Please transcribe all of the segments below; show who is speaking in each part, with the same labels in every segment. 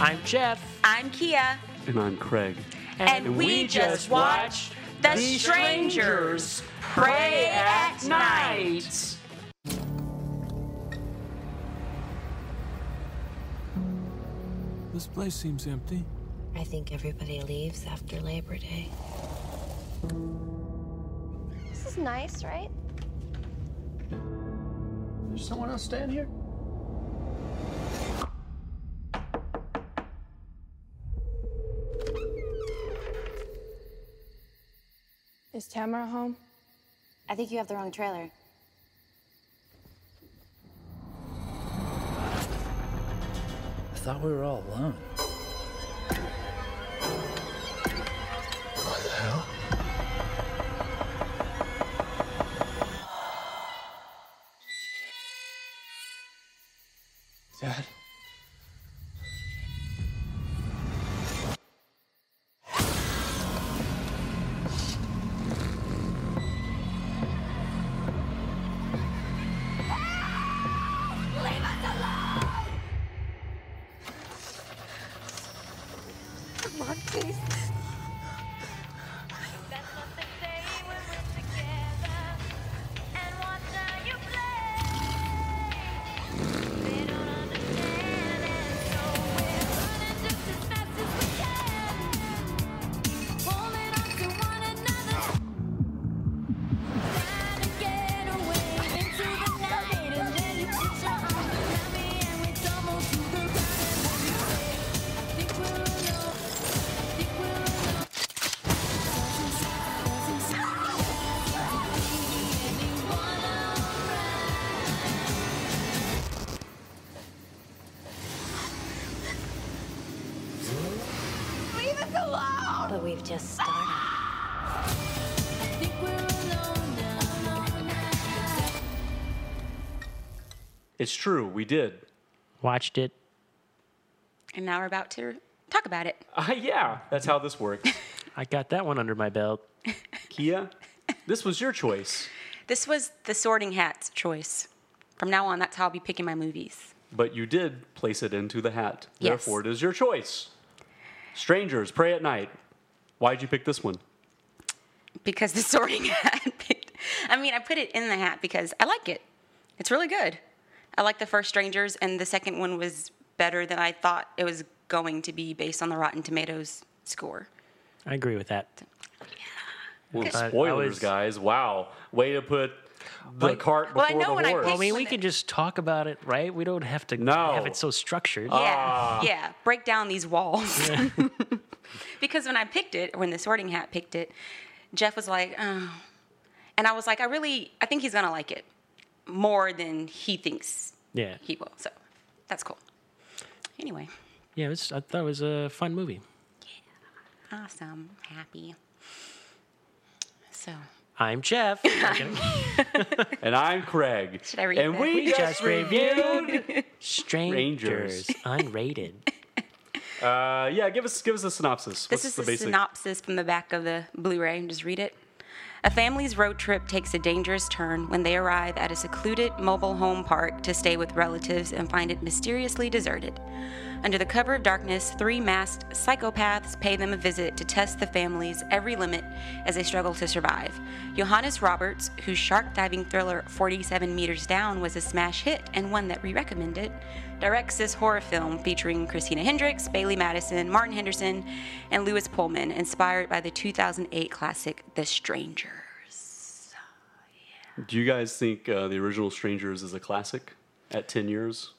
Speaker 1: I'm Jeff.
Speaker 2: I'm Kia,
Speaker 3: And I'm Craig.
Speaker 2: and, we, just watched The Strangers Pray at Night.
Speaker 4: This place seems empty.
Speaker 5: I think everybody leaves after Labor Day.
Speaker 6: This is nice, right?
Speaker 7: There's someone else staying here?
Speaker 8: Is Tamara home?
Speaker 9: I think you have the wrong trailer.
Speaker 7: I thought we were all alone. What the hell? Dad?
Speaker 6: Come on, please.
Speaker 5: But we've just started.
Speaker 3: It's true, we did.
Speaker 1: Watched it.
Speaker 2: And now we're about to talk about it.
Speaker 3: Uh, yeah, that's how this works.
Speaker 1: I got that one under my belt.
Speaker 3: Kia, this was your choice,
Speaker 2: This was the sorting hat's choice. From now on, that's how I'll be picking my movies.
Speaker 3: but you did place it into the hat.
Speaker 2: Yes.
Speaker 3: Therefore, it is your choice. Strangers, pray at night. Why'd you pick this one?
Speaker 2: Because the sorting hat picked. I mean, I put it in the hat because I like it. It's really good. I like the first Strangers, and the second one was better than I thought it was going to be based on the Rotten Tomatoes score.
Speaker 1: I agree with that.
Speaker 3: Well,
Speaker 2: Okay.
Speaker 1: I- I
Speaker 3: spoilers,
Speaker 1: was-
Speaker 3: guys. Wow. Way to put the cart
Speaker 2: well, I
Speaker 3: before
Speaker 2: know when
Speaker 3: the
Speaker 2: I
Speaker 3: horse.
Speaker 2: picked-
Speaker 1: I mean, we
Speaker 2: Limit.
Speaker 1: can just talk about it, right? We don't have to
Speaker 3: No. Uh,
Speaker 1: have it so structured.
Speaker 2: Yeah, yeah. Break down these walls. because when I picked it, when the sorting hat picked it, Jeff was like, oh. and I was like, I really, I think he's gonna like it more than he thinks
Speaker 1: yeah.
Speaker 2: he will. So that's cool. Anyway,
Speaker 1: Yeah, it was, I thought it was a fun movie.
Speaker 2: awesome, happy. So
Speaker 1: I'm Jeff.
Speaker 3: and I'm Craig.
Speaker 2: Should I read
Speaker 3: And
Speaker 2: that?
Speaker 3: we,
Speaker 2: We
Speaker 3: just
Speaker 1: just
Speaker 3: reviewed.
Speaker 1: Strangers. Unrated.
Speaker 3: uh, yeah, give us give us a synopsis.
Speaker 2: This
Speaker 3: What's
Speaker 2: is
Speaker 3: the
Speaker 2: the
Speaker 3: basic?
Speaker 2: synopsis from the back of the Blu-ray. Just read it. A family's road trip takes a dangerous turn when they arrive at a secluded mobile home park to stay with relatives and find it mysteriously deserted. Under the cover of darkness, three masked psychopaths pay them a visit to test the family's every limit as they struggle to survive. Johannes Roberts, whose shark diving thriller 47 Meters Down was a smash hit and one that we recommended, directs this horror film featuring Christina Hendricks, Bailey Madison, Martin Henderson, and Lewis Pullman, inspired by the 2008 classic The Strangers.
Speaker 3: Do you guys think uh, the original Strangers is a classic at 10 years?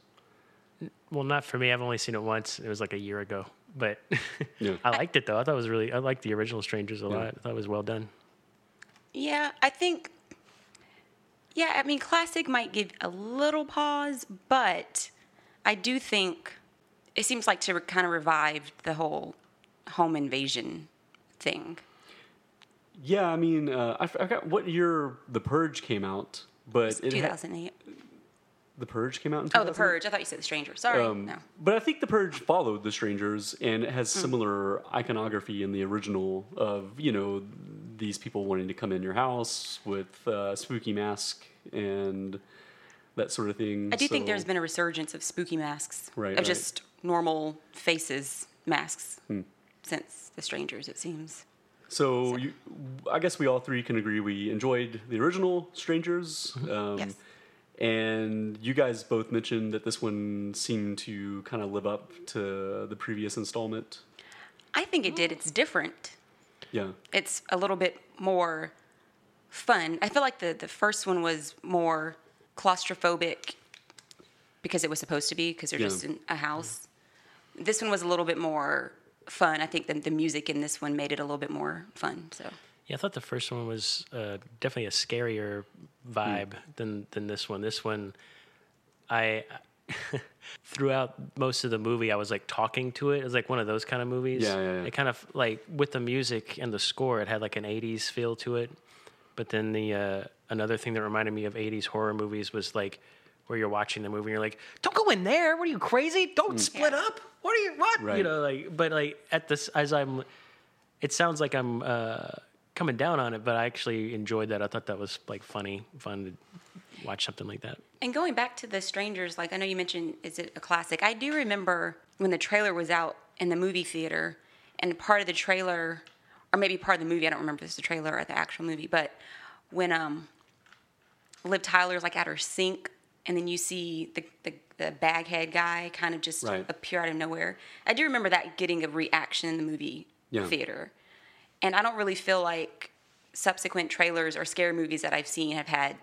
Speaker 1: well, not for me. I've only seen it once. It was like a year ago. But
Speaker 3: Yeah.
Speaker 1: I liked it, though. I thought it was really, I liked the original Strangers a lot. I thought it was well done.
Speaker 2: Yeah, I think. Yeah, I mean, classic might give a little pause, but I do think it seems like to kind of revive the whole home invasion thing.
Speaker 3: Yeah, I mean, uh, I f- I forgot what year The Purge came out, but it had-
Speaker 2: 2008.
Speaker 3: The Purge came out in
Speaker 2: Oh, The
Speaker 3: 2008?
Speaker 2: Purge. I thought you said The Stranger. Sorry.
Speaker 3: Um,
Speaker 2: no.
Speaker 3: But I think The Purge followed The Strangers and it
Speaker 2: Mm.
Speaker 3: has similar iconography in the original of, you know, these people wanting to come in your house with uh, spooky mask and that sort of thing.
Speaker 2: I do think
Speaker 3: so-
Speaker 2: there's been a resurgence of spooky masks,
Speaker 3: Right,
Speaker 2: of
Speaker 3: right. Hmm.
Speaker 2: just normal faces masks since The Strangers, it seems.
Speaker 3: So, you, I guess we all three can agree we enjoyed the original Strangers. Um,
Speaker 2: Yes.
Speaker 3: And you guys both mentioned that this one seemed to kind of live up to the previous installment.
Speaker 2: I think it did. It's different.
Speaker 3: Yeah.
Speaker 2: It's a little bit more fun. I feel like the, the first one was more claustrophobic because it was supposed to be, because they're
Speaker 3: Yeah.
Speaker 2: just in a house. This one was a little bit more fun. I think the, the music in this one made it a little bit more fun. So
Speaker 1: Yeah, I thought the first one was uh, definitely a scarier vibe
Speaker 3: Hmm.
Speaker 1: than than this one. This one, I throughout most of the movie, I was like talking to it. It was like one of those kind of movies.
Speaker 3: Yeah, yeah, yeah.
Speaker 1: It kind of like with the music and the score, it had like an '80s feel to it. But then the uh, another thing that reminded me of '80s horror movies was like where you're watching the movie and you're like, "Don't go in there! What are you crazy? Don't split up! What are you what? You
Speaker 3: Mm. Right.
Speaker 1: know, like but like at this as I'm it sounds like I'm uh, coming down on it, but I actually enjoyed that. I thought that was like funny, fun to watch something like that.
Speaker 2: And going back to the strangers, like I know you mentioned, is it a classic? I do remember when the trailer was out in the movie theater, and part of the trailer, or maybe part of the movie, I don't remember if it's the trailer or the actual movie, but when um, Liv Tyler's like at her sink, and then you see the the, the bag head guy kind of just
Speaker 3: Right.
Speaker 2: appear out of nowhere. I do remember that getting a reaction in the movie
Speaker 3: Yeah.
Speaker 2: theater, and I don't really feel like subsequent trailers or scary movies that I've seen have had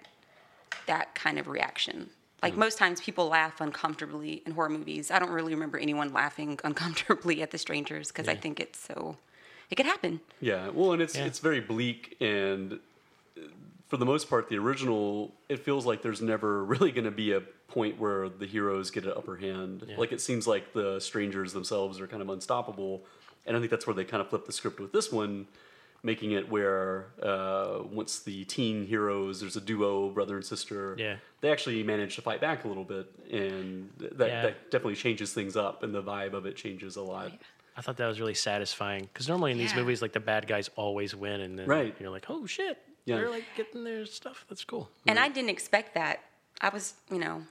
Speaker 2: that kind of reaction. Like most times, people laugh uncomfortably in horror movies. I don't really remember anyone laughing uncomfortably at The Strangers because I think it's so, it could happen.
Speaker 3: Yeah. Well, and it's it's very bleak, and uh, for the most part, the original it feels like there's never really going to be a point where the heroes get an upper hand. Like it seems like the strangers themselves are kind of unstoppable, and I think that's where they kind of flip the script with this one. Making it where uh, once the teen heroes, there's a duo, brother and sister.
Speaker 1: Yeah.
Speaker 3: they actually manage to fight back a little bit, and th- that,
Speaker 1: Yeah.
Speaker 3: that definitely changes things up, and the vibe of it changes a lot.
Speaker 1: I thought that was really satisfying because normally in these
Speaker 2: Yeah.
Speaker 1: movies, like the bad guys always win, and then
Speaker 3: Right.
Speaker 1: you're like, oh shit,
Speaker 3: Yeah.
Speaker 1: they're like getting their stuff. That's cool.
Speaker 2: And I didn't expect that. I was, you know,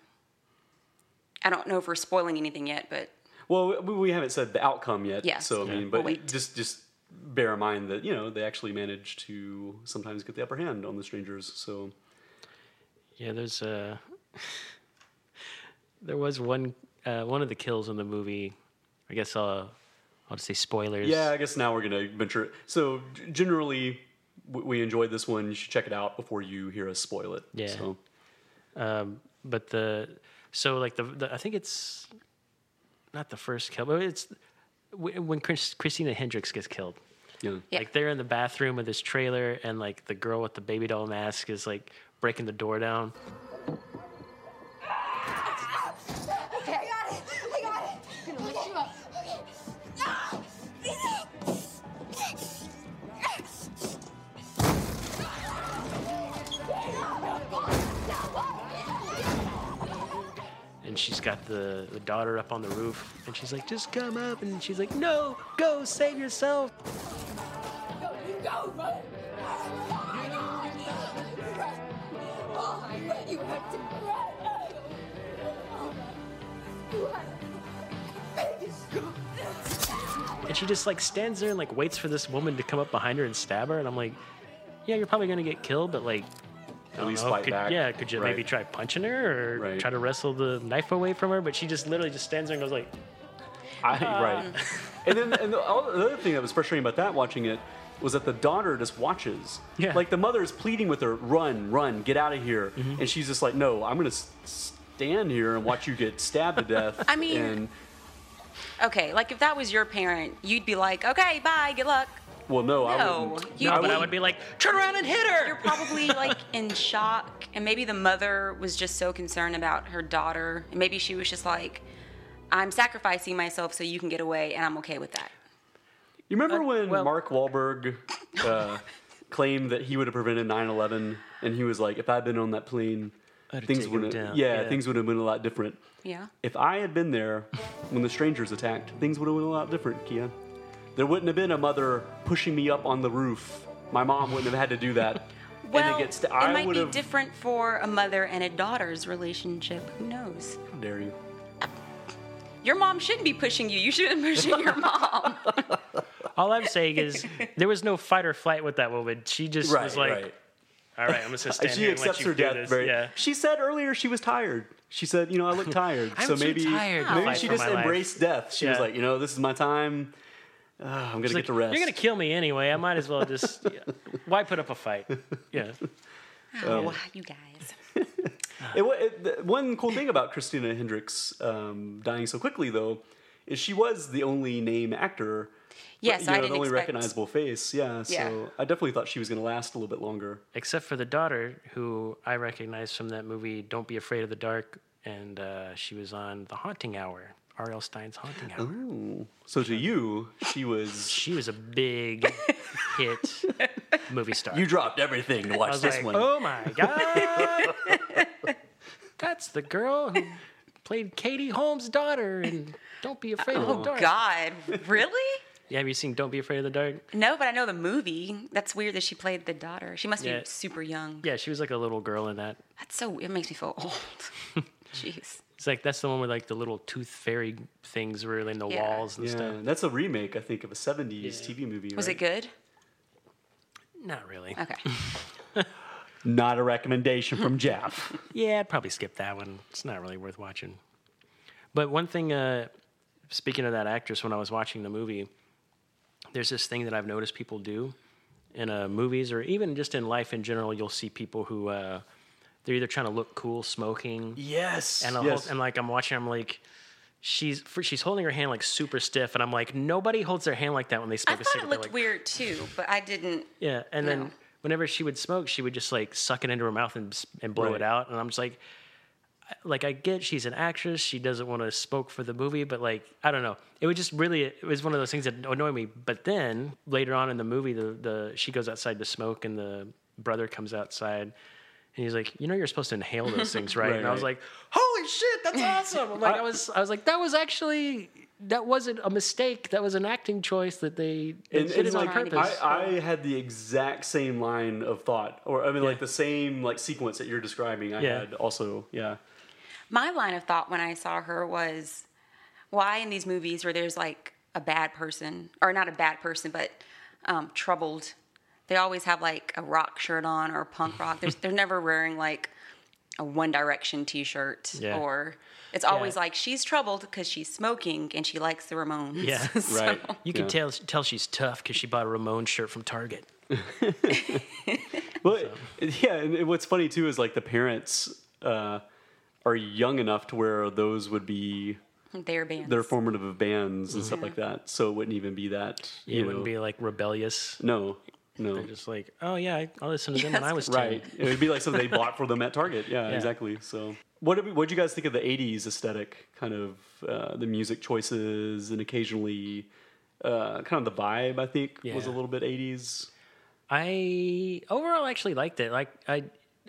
Speaker 2: I don't know if we're spoiling anything yet, but
Speaker 3: Well, we, we haven't said the outcome yet.
Speaker 2: Yes.
Speaker 3: So I mean,
Speaker 2: We'll
Speaker 3: but
Speaker 2: wait.
Speaker 3: just just bear in mind that you know they actually manage to sometimes get the upper hand on the strangers. So
Speaker 1: Yeah, there's uh there was one uh, one of the kills in the movie. I guess I'll I'll just say spoilers.
Speaker 3: yeah, I guess now we're gonna venture. So g- generally, w- we enjoyed this one. You should check it out before you hear us spoil it.
Speaker 1: Yeah.
Speaker 3: So
Speaker 1: but the so like the, the I think it's not the first kill, but it's wh- when Chris, Christina Hendricks gets killed.
Speaker 3: yeah.
Speaker 2: Yeah.
Speaker 1: Like they're in the bathroom of this trailer, and like the girl with the baby doll mask is like breaking the door down.
Speaker 5: Okay. I got it. I got it. I'm gonna lift you up.
Speaker 1: and she's got the, the daughter up on the roof and she's like just come up and she's like no go save yourself and she just like stands there and like waits for this woman to come up behind her and stab her and i'm like yeah you're probably gonna get killed but like I
Speaker 3: At
Speaker 1: don't
Speaker 3: least
Speaker 1: know,
Speaker 3: fight
Speaker 1: could-
Speaker 3: back.
Speaker 1: Yeah, could you
Speaker 3: Right.
Speaker 1: maybe try punching her or
Speaker 3: Right.
Speaker 1: try to wrestle the knife away from her? But she just literally just stands there and goes like,
Speaker 3: I, right.
Speaker 1: Um.
Speaker 3: And then and the, all- the other thing that was frustrating about that watching it was that the daughter just watches.
Speaker 1: Yeah.
Speaker 3: Like the mother is pleading with her, run, run, get out of here.
Speaker 1: Mm-hmm.
Speaker 3: And she's just like, no, I'm going to stand here and watch you get stabbed to death.
Speaker 2: I mean-
Speaker 3: and
Speaker 2: okay, like if that was your parent, you'd be like, okay, bye, good luck.
Speaker 3: well, no, I
Speaker 2: No,
Speaker 3: wouldn't.
Speaker 2: you-
Speaker 1: no,
Speaker 2: I
Speaker 1: but I
Speaker 2: wouldn't-
Speaker 1: would be like, turn around and hit her.
Speaker 2: You're probably like in shock, and maybe the mother was just so concerned about her daughter, and maybe she was just like, I'm sacrificing myself so you can get away, and I'm okay with that.
Speaker 3: You remember
Speaker 2: Uh,
Speaker 3: when
Speaker 1: well-
Speaker 3: Mark Wahlberg uh, claimed that he would have prevented 9/11, and he was like, "If I'd been on that plane,
Speaker 1: I'd have
Speaker 3: things
Speaker 1: taken
Speaker 3: would have
Speaker 1: him down."
Speaker 3: yeah,
Speaker 1: Yeah.
Speaker 3: things would have been a lot different."
Speaker 2: Yeah.
Speaker 3: If I had been there when the strangers attacked, things would have been a lot different, Kia. There wouldn't have been a mother pushing me up on the roof. My mom wouldn't have had to do that.
Speaker 2: Well,
Speaker 3: and it, gets to,
Speaker 2: it
Speaker 3: I
Speaker 2: might
Speaker 3: would
Speaker 2: be
Speaker 3: have,
Speaker 2: different for a mother and a daughter's relationship. Who knows?
Speaker 3: Dare you?
Speaker 2: Your mom shouldn't be pushing you. You should have been pushing your mom.
Speaker 1: All I'm saying is there was no fight or flight with that woman. She just
Speaker 3: Right,
Speaker 1: was like,
Speaker 3: right.
Speaker 1: all right, I'm just gonna stand
Speaker 3: she
Speaker 1: here and
Speaker 3: accepts
Speaker 1: let you
Speaker 3: her
Speaker 1: do
Speaker 3: death.
Speaker 1: this.
Speaker 3: Very,
Speaker 1: yeah.
Speaker 3: She said earlier she was tired. She said, "You know, I look tired,
Speaker 1: I'm
Speaker 3: so
Speaker 1: too
Speaker 3: maybe
Speaker 1: tired to
Speaker 3: maybe
Speaker 1: fight
Speaker 3: she
Speaker 1: for
Speaker 3: just
Speaker 1: my life."
Speaker 3: embraced death." She was
Speaker 1: Yeah.
Speaker 3: like, "You know, this is my time. Ah, I'm gonna
Speaker 1: It's
Speaker 3: get
Speaker 1: like,
Speaker 3: to rest."
Speaker 1: You're gonna kill me anyway. I might as well just yeah. why put up a fight? Yeah.
Speaker 2: oh, you guys.
Speaker 3: It wa- it- the- one cool thing about Christina Hendricks um, dying so quickly, though, is she was the only name actor.
Speaker 2: Yes,
Speaker 3: you
Speaker 2: I
Speaker 3: know,
Speaker 2: didn't
Speaker 3: the only
Speaker 2: expect.
Speaker 3: recognizable face. Yeah,
Speaker 2: Yeah.
Speaker 3: so I definitely thought she was gonna last a little bit longer.
Speaker 1: Except for the daughter, who I recognize from that movie Don't Be Afraid of the Dark, and uh, she was on The Haunting Hour, R.L. Stein's Haunting Hour.
Speaker 3: So to you, she was.
Speaker 1: She was a big hit movie star.
Speaker 3: You dropped everything to watch
Speaker 1: I was
Speaker 3: this
Speaker 1: like,
Speaker 3: one.
Speaker 1: oh my god, that's the girl who played Katie Holmes' daughter in Don't Be Afraid of the Dark.
Speaker 2: Oh, God, really?
Speaker 1: Yeah, have you seen Don't Be Afraid of the Dark?
Speaker 2: No, but I know the movie. That's weird that she played the daughter. She must
Speaker 1: Yeah.
Speaker 2: be super young.
Speaker 1: Yeah, she was like a little girl in that.
Speaker 2: That's so. It makes me feel old. Jeez.
Speaker 1: It's like that's the one where like the little tooth fairy things were in the
Speaker 2: Yeah.
Speaker 1: walls and
Speaker 3: Yeah,
Speaker 1: stuff.
Speaker 3: that's a remake, I think, of a '70s TV movie.
Speaker 2: Was it
Speaker 3: right?
Speaker 2: good?
Speaker 1: Not really.
Speaker 2: Okay.
Speaker 3: Not a recommendation from Jeff.
Speaker 1: Yeah, I'd probably skip that one. It's not really worth watching. But one thing, uh, speaking of that actress, when I was watching the movie, there's this thing that I've noticed people do in uh, movies or even just in life in general. You'll see people who uh, they're either trying to look cool, smoking,
Speaker 3: yes,
Speaker 1: and, the whole-
Speaker 3: yes.
Speaker 1: and like I'm watching, I'm like. She's for, she's holding her hand like super stiff, and I'm like, nobody holds their hand like that when they
Speaker 2: I
Speaker 1: smoke a
Speaker 2: thought
Speaker 1: cigarette.
Speaker 2: it
Speaker 1: They're
Speaker 2: looked
Speaker 1: like,
Speaker 2: weird too, but I didn't.
Speaker 1: Yeah, and
Speaker 2: No.
Speaker 1: then whenever she would smoke, she would just like suck it into her mouth and s- and blow
Speaker 3: Right.
Speaker 1: it out, and I'm just like, I- like I get she's an actress, she doesn't want to smoke for the movie, but like I don't know, it was just really it was one of those things that annoyed me. But then later on in the movie, the the she goes outside to smoke, and the brother comes outside. And he's like, you know, you're supposed to inhale those things, right?
Speaker 3: Right,
Speaker 1: and I was
Speaker 3: right.
Speaker 1: like, holy shit, that's awesome! I'm like, oh
Speaker 3: I-
Speaker 1: I was, I was like, that was actually, that wasn't a mistake. That was an acting choice that they, they
Speaker 3: And,
Speaker 1: did
Speaker 3: and
Speaker 1: it on
Speaker 3: like,
Speaker 2: trying to
Speaker 1: purpose.
Speaker 2: be-
Speaker 3: I, I had the exact same line of thought, or I mean, like the same like sequence that you're describing. I
Speaker 1: Yeah.
Speaker 3: had also, yeah,
Speaker 2: My line of thought when I saw her was, why in these movies where there's like a bad person, or not a bad person, but um, troubled, they always have like a rock shirt on or punk rock. There's, they're never wearing like a One Direction T-shirt,
Speaker 1: Yeah.
Speaker 2: or it's always like she's troubled because she's smoking and she likes the Ramones.
Speaker 1: yeah.
Speaker 3: right.
Speaker 1: You can
Speaker 3: yeah.
Speaker 1: tell tell she's tough because she bought a Ramon shirt from Target.
Speaker 3: Well, it- yeah, and it- what's funny too is like the parents uh, are young enough to where those would be
Speaker 2: Their bands.
Speaker 3: their formative bands and stuff like that. So it wouldn't even be that. You
Speaker 1: it
Speaker 3: know,
Speaker 1: wouldn't be like rebellious.
Speaker 3: no, no,
Speaker 1: Just like, oh yeah, I, I listened to them when I was
Speaker 3: Right.
Speaker 1: ten.
Speaker 3: it would be like something they bought for them at Target. Yeah, exactly. So, what did what you guys think of the '80s aesthetic? Kind of uh, the music choices and occasionally, uh, kind of the vibe. I think was a
Speaker 1: Yeah.
Speaker 3: little bit '80s.
Speaker 1: I overall actually liked it. Like I,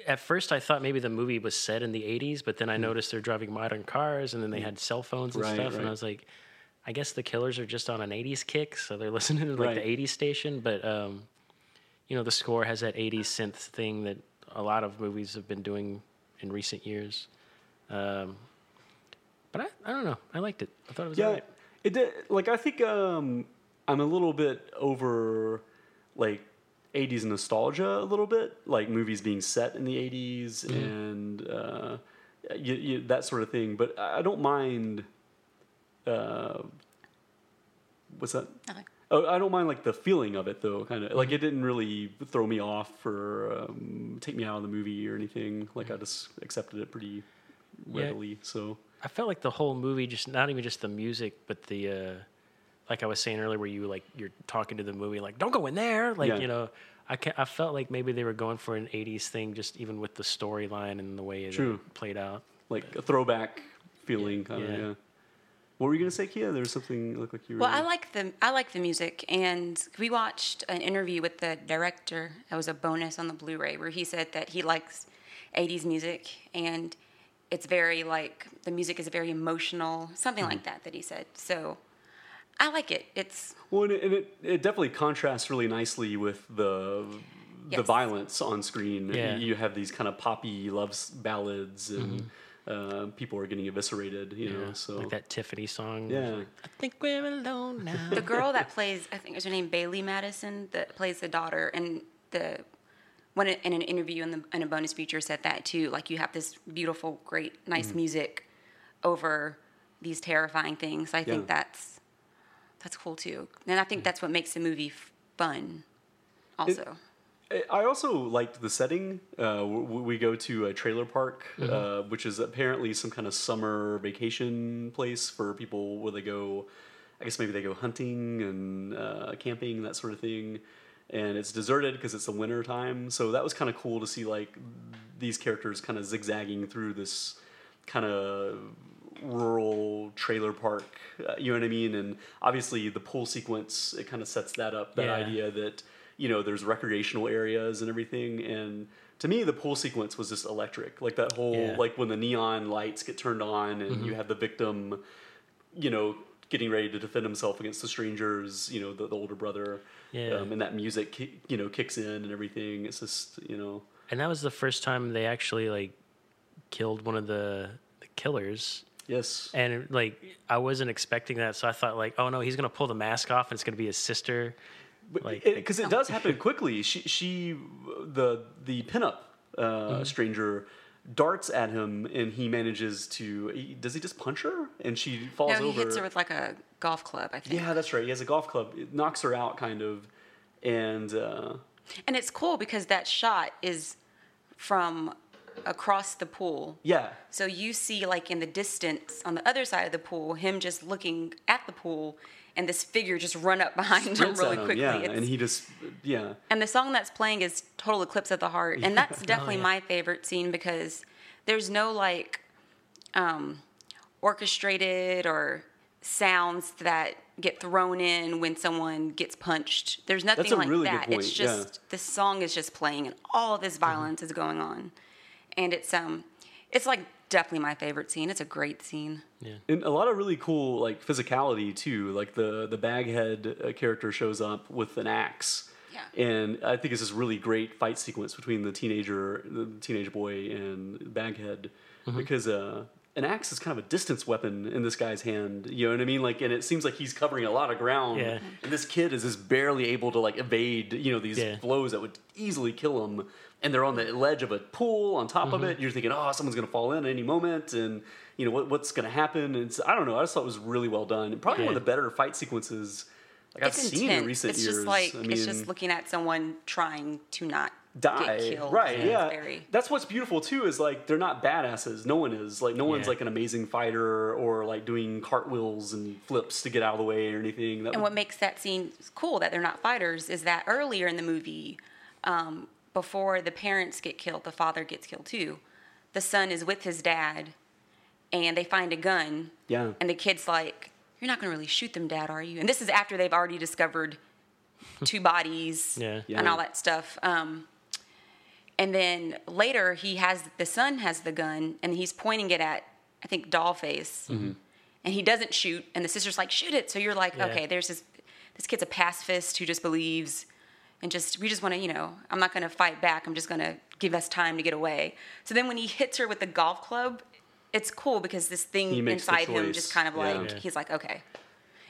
Speaker 1: at first I thought maybe the movie was set in the '80s, but then I noticed they're driving modern cars, and then they had cell phones and
Speaker 3: Hmm. Right,
Speaker 1: stuff,
Speaker 3: right.
Speaker 1: and I was like, I guess the Killers are just on an '80s kick, so they're listening to like
Speaker 3: Right.
Speaker 1: the '80s station. But um, you know, the score has that '80s synth thing that a lot of movies have been doing in recent years. Um, but I, I don't know. I liked it. I thought it was
Speaker 3: Yeah,
Speaker 1: alright.
Speaker 3: it did. Like I think um, I'm a little bit over like 80s nostalgia a little bit, like movies being set in the 80s and uh, you, you, that sort of thing. But I I don't mind. Uh, what's that? Oh, I don't mind like the feeling of it though, kind of like it didn't really throw me off or um, take me out of the movie or anything. Like I just accepted it pretty
Speaker 1: Yeah.
Speaker 3: readily. So
Speaker 1: I felt like the whole movie, just not even just the music, but the uh, like I was saying earlier, where you like you're talking to the movie, like don't go in there, like
Speaker 3: Yeah.
Speaker 1: you know. I ca I felt like maybe they were going for an '80s thing, just even with the storyline and the way
Speaker 3: True.
Speaker 1: it played out.
Speaker 3: like a throwback feeling kind of.
Speaker 1: Yeah.
Speaker 3: Yeah. What were you gonna say, Kia? There was something that looked like you were.
Speaker 2: Well, I like the I like the music, and we watched an interview with the director. That was a bonus on the Blu-ray, where he said that he likes '80s music, and it's very like the music is very emotional, something like that. That he said. So, I like it. It's
Speaker 3: Well, and it, and it, it definitely contrasts really nicely with the the
Speaker 2: Yes.
Speaker 3: violence on screen.
Speaker 1: Yeah.
Speaker 3: You you have these kind of poppy love s- ballads and uh, people are getting eviscerated. You know, so
Speaker 1: Mm-hmm. like that Tiffany song.
Speaker 3: yeah,
Speaker 1: I think we're alone now.
Speaker 2: The girl that plays, I think is her name Bailey Madison, that plays the daughter, and the when it, in an interview in, the, in a bonus feature said that too. Like you have this beautiful, great, nice
Speaker 3: Mm-hmm.
Speaker 2: music over these terrifying things. I think
Speaker 3: Yeah. Mm.
Speaker 2: that's that's cool too, and I think that's what makes the movie f- fun. Also,
Speaker 3: I- I also liked the setting. Uh, w- w- we go to a trailer park, uh, which is apparently some kind of summer vacation place for people where they go. I guess maybe they go hunting and uh, camping that sort of thing. And it's deserted because it's the winter time. So that was kind of cool to see like these characters kind of zigzagging through this kind of rural trailer park. Uh, you know what I mean? And obviously the pool sequence it kind of sets that up. That
Speaker 1: Yeah.
Speaker 3: idea that you know there's recreational areas and everything and to me the pool sequence was just electric like that whole
Speaker 1: Yeah. Mm-hmm.
Speaker 3: like when the neon lights get turned on and you have the victim you know getting ready to defend himself against the strangers you know the, the older brother
Speaker 1: Yeah.
Speaker 3: um, and that music ki- you know kicks in and everything it's just you know
Speaker 1: and that was the first time they actually like killed one of the, the killers.
Speaker 3: yes
Speaker 1: And like I wasn't expecting that, so I thought like, oh no, he's gonna pull the mask off, and it's gonna be his sister. Like,
Speaker 3: because
Speaker 2: Oh.
Speaker 3: it does happen quickly. She, she, the the pinup uh, stranger darts at him, and he manages to. He, does he just punch her? And she falls
Speaker 2: no, he
Speaker 3: over.
Speaker 2: hits her with like a golf club, I think.
Speaker 3: yeah, that's right. He has a golf club. It knocks her out, kind of, and uh,
Speaker 2: And it's cool because that shot is from across the pool.
Speaker 3: yeah,
Speaker 2: So you see, like in the distance on the other side of the pool, him just looking at the pool, and this figure just run up behind him
Speaker 3: sprints at
Speaker 2: really quickly.
Speaker 3: Yeah,
Speaker 2: It's-
Speaker 3: and he just yeah.
Speaker 2: and the song that's playing is Total Eclipse of the Heart. And that's definitely
Speaker 3: Oh,
Speaker 1: yeah.
Speaker 2: my favorite scene because there's no like um, orchestrated or sounds that get thrown in when someone gets punched. There's nothing
Speaker 3: a
Speaker 2: like
Speaker 3: really good
Speaker 2: that. It's
Speaker 3: point, yeah. Mm-hmm.
Speaker 2: just the song is just playing and all this violence is going on. And it's um it's like definitely my favorite scene. It's a great scene.
Speaker 3: and a lot of really cool like physicality too like the the baghead uh, character shows up with an axe
Speaker 2: Yeah.
Speaker 3: and i think it's this really great fight sequence between the teenager the teenage boy and baghead
Speaker 1: Mm-hmm.
Speaker 3: because uh an axe is kind of a distance weapon in this guy's hand you know what i mean like and it seems like he's covering a lot of ground
Speaker 1: Yeah.
Speaker 3: and this kid is just barely able to like evade you know these
Speaker 1: Yeah.
Speaker 3: blows that would easily kill him and they're on the ledge of a pool on top of
Speaker 1: Mm-hmm.
Speaker 3: it you're thinking oh someone's going to fall in at any moment and you know what, what's going to happen and it's, i don't know i just thought it was really well done and probably one
Speaker 1: Yeah.
Speaker 3: of the better fight sequences like i've
Speaker 2: it's
Speaker 3: seen
Speaker 2: intense.
Speaker 3: in recent
Speaker 2: it's
Speaker 3: years
Speaker 2: just like
Speaker 3: I
Speaker 2: it's just
Speaker 3: mean-
Speaker 2: looking at someone trying to not
Speaker 3: die.
Speaker 2: get killed.
Speaker 3: Right,
Speaker 2: It's
Speaker 3: yeah.
Speaker 2: very-
Speaker 3: That's what's beautiful too is like they're not badasses. No one is. Like no one's
Speaker 1: Yeah.
Speaker 3: like an amazing fighter or like doing cartwheels and flips to get out of the way or anything. That
Speaker 2: And
Speaker 3: would-
Speaker 2: what makes that scene cool that they're not fighters is that earlier in the movie, um, before the parents get killed, the father gets killed too. The son is with his dad, and they find a gun.
Speaker 3: Yeah.
Speaker 2: And the kid's like, "You're not gonna really shoot them, dad, are you?" And this is after they've already discovered two bodies
Speaker 1: Yeah.
Speaker 2: and
Speaker 3: Yeah.
Speaker 2: all that stuff. Um, and then later, he has the son has the gun, and he's pointing it at I think Dollface and he doesn't shoot and the sister's like shoot it so you're like
Speaker 1: Yeah.
Speaker 2: okay there's this this kid's a pacifist who just believes and just we just want to you know i'm not going to fight back i'm just going to give us time to get away so then when he hits her with the golf club it's cool because this thing
Speaker 3: He makes the
Speaker 2: inside him
Speaker 3: choice,
Speaker 2: just kind of
Speaker 3: yeah.
Speaker 2: like
Speaker 1: Yeah.
Speaker 2: he's like okay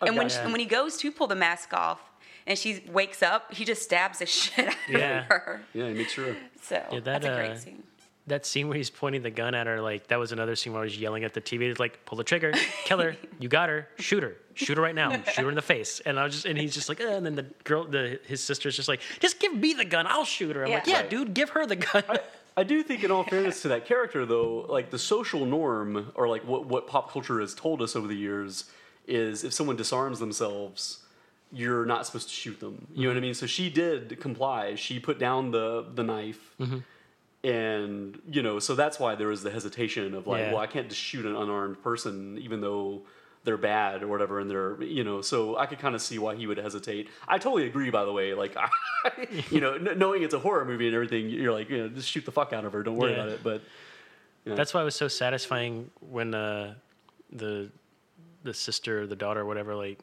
Speaker 2: and when,
Speaker 3: got
Speaker 2: she,
Speaker 3: it.
Speaker 2: and when he goes to pull the mask off and she wakes up he just stabs the shit out
Speaker 1: Yeah.
Speaker 2: of her
Speaker 3: yeah, make sure.
Speaker 2: so
Speaker 1: Yeah, that,
Speaker 2: that's a great
Speaker 1: uh,
Speaker 2: scene
Speaker 1: that scene where he's pointing the gun at her, like that was another scene where I was yelling at the TV. It's like, pull the trigger, kill her, you got her, shoot her, shoot her right now, shoot her in the face. And I was just, and he's just like, "Uh," and then the girl, the his sister's just like, just give me the gun, I'll shoot her. I'm like,
Speaker 2: Yeah.
Speaker 1: yeah,
Speaker 2: Right.
Speaker 1: dude, give her the gun.
Speaker 3: I do think, in all fairness to that character, though, like the social norm or like what, what pop culture has told us over the years is if someone disarms themselves, you're not supposed to shoot them. You know what I mean? So she did comply. She put down the the knife,
Speaker 1: Mm-hmm.
Speaker 3: and you know, so that's why there was the hesitation of like,
Speaker 1: Yeah.
Speaker 3: well, I can't just shoot an unarmed person, even though they're bad or whatever, and they're you know. So I could kind of see why he would hesitate. I totally agree, by the way. Like, I, you know, kn- knowing it's a horror movie and everything, you're like, you know, just shoot the fuck out of her. Don't worry
Speaker 1: Yeah.
Speaker 3: about it. But
Speaker 1: That's why it was so satisfying when uh, the the sister, or the daughter, or whatever, like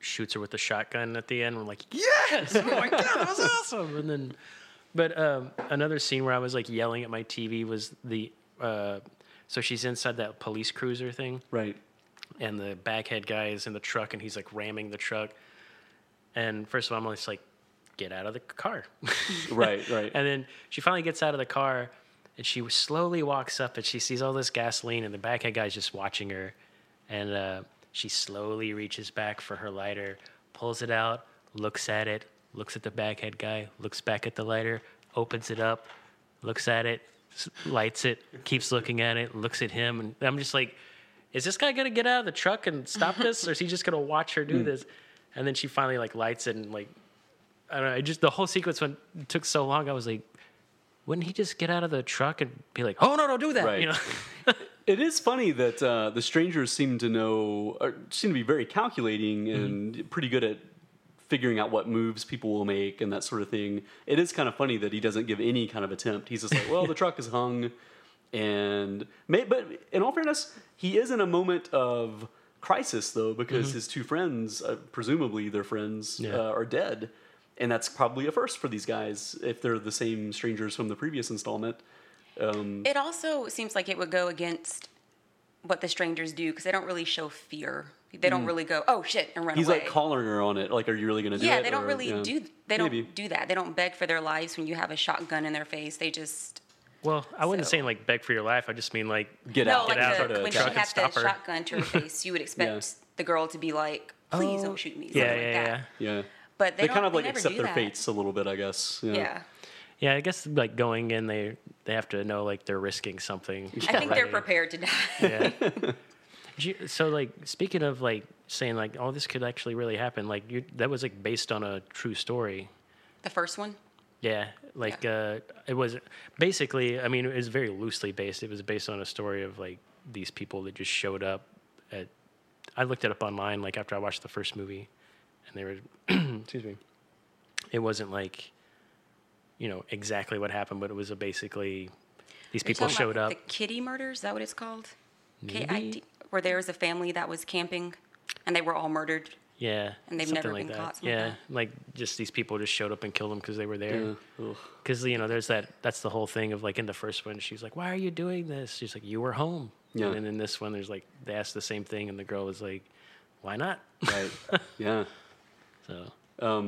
Speaker 1: shoots her with the shotgun at the end. We're like, yes, oh my god, that was awesome. And then, but um, another scene where I was like yelling at my TV was the uh, So she's inside that police cruiser thing,
Speaker 3: Right.
Speaker 1: and the baghead guy is in the truck, and he's like ramming the truck. And first of all, I'm just like, get out of the car.
Speaker 3: Right. Right.
Speaker 1: And then she finally gets out of the car and she slowly walks up and she sees all this gasoline and the backhead guy's just watching her. And uh, she slowly reaches back for her lighter, pulls it out, looks at it, looks at the backhead guy, looks back at the lighter, opens it up, looks at it, s- lights it, keeps looking at it, looks at him. And I'm just like, is this guy gonna get out of the truck and stop this, or is he just gonna watch her do this? And then she finally like lights it and like I don't know. It just the whole sequence went took so long. I was like, wouldn't he just get out of the truck and be like, "Oh no, no, do that,"
Speaker 3: Right.
Speaker 1: you know?
Speaker 3: It is funny that uh, the strangers seem to know, or seem to be very calculating and pretty good at figuring out what moves people will make and that sort of thing. It is kind of funny that he doesn't give any kind of attempt. He's just like, well, the truck is hung. And, may, but in all fairness, he is in a moment of crisis, though, because his two friends, uh, presumably their friends,
Speaker 1: Yeah.
Speaker 3: uh, are dead. And that's probably a first for these guys if they're the same strangers from the previous installment.
Speaker 2: It also seems like it would go against what the strangers do because they don't really show fear. They don't really go, "Oh shit," and run
Speaker 3: Mm. He's
Speaker 2: away.
Speaker 3: like calling her on it. Like, are you really going to do it?
Speaker 2: yeah, they don't
Speaker 3: Or,
Speaker 2: really
Speaker 3: yeah.
Speaker 2: do. They don't
Speaker 3: Maybe.
Speaker 2: do that. They don't beg for their lives when you have a shotgun in their face. They just
Speaker 1: well, I wouldn't
Speaker 2: So-
Speaker 1: say like beg for your life. I just mean like
Speaker 3: Get
Speaker 2: no,
Speaker 3: out.
Speaker 2: like
Speaker 3: Get out.
Speaker 2: the,
Speaker 3: Try to
Speaker 2: when she
Speaker 1: truck
Speaker 3: attack.
Speaker 1: and
Speaker 2: had the
Speaker 1: stop her.
Speaker 2: shotgun to her face, you would expect
Speaker 3: Yeah. Oh.
Speaker 2: the girl to be like, "Please don't shoot me," something
Speaker 1: yeah, yeah,
Speaker 2: like
Speaker 1: yeah,
Speaker 2: that.
Speaker 1: yeah.
Speaker 3: Yeah.
Speaker 2: But they,
Speaker 3: They
Speaker 2: don't,
Speaker 3: kind of
Speaker 2: they
Speaker 3: like
Speaker 2: never
Speaker 3: accept
Speaker 2: do
Speaker 3: their
Speaker 2: that.
Speaker 3: fates a little bit, I guess. Yeah.
Speaker 2: Yeah.
Speaker 1: I guess like going in, they they have to know like they're risking something.
Speaker 2: I think they're
Speaker 1: already.
Speaker 2: prepared to die.
Speaker 1: Yeah. Gee, so like speaking of like saying like, "Oh, this could actually really happen," like you that was like based on a true story.
Speaker 2: the first one.
Speaker 1: Yeah, like Uh, it was basically. I mean, it was very loosely based. It was based on a story of like these people that just showed up. At I looked it up online, like after I watched the first movie, and they were, excuse me, it wasn't like, you know, exactly what happened, but it was a basically these people
Speaker 2: Talking
Speaker 1: showed
Speaker 2: about
Speaker 1: up.
Speaker 2: The Kitty Murders, is that what it's called? K-I-D, where there was a family that was camping, and they were all murdered.
Speaker 1: Yeah.
Speaker 2: And they've
Speaker 1: something
Speaker 2: never
Speaker 1: like that.
Speaker 2: been caught, something
Speaker 1: Yeah.
Speaker 2: like
Speaker 1: Like just these people just showed up and killed them because they were there.
Speaker 3: Yeah. Ugh.
Speaker 1: Because, you know, there's that, that's the whole thing of like in the first one, she's like, why are you doing this? She's like, you were home.
Speaker 3: Yeah.
Speaker 1: And then in this one, there's like, they asked the same thing and the girl was like, why not?
Speaker 3: Right. yeah. Um,
Speaker 1: So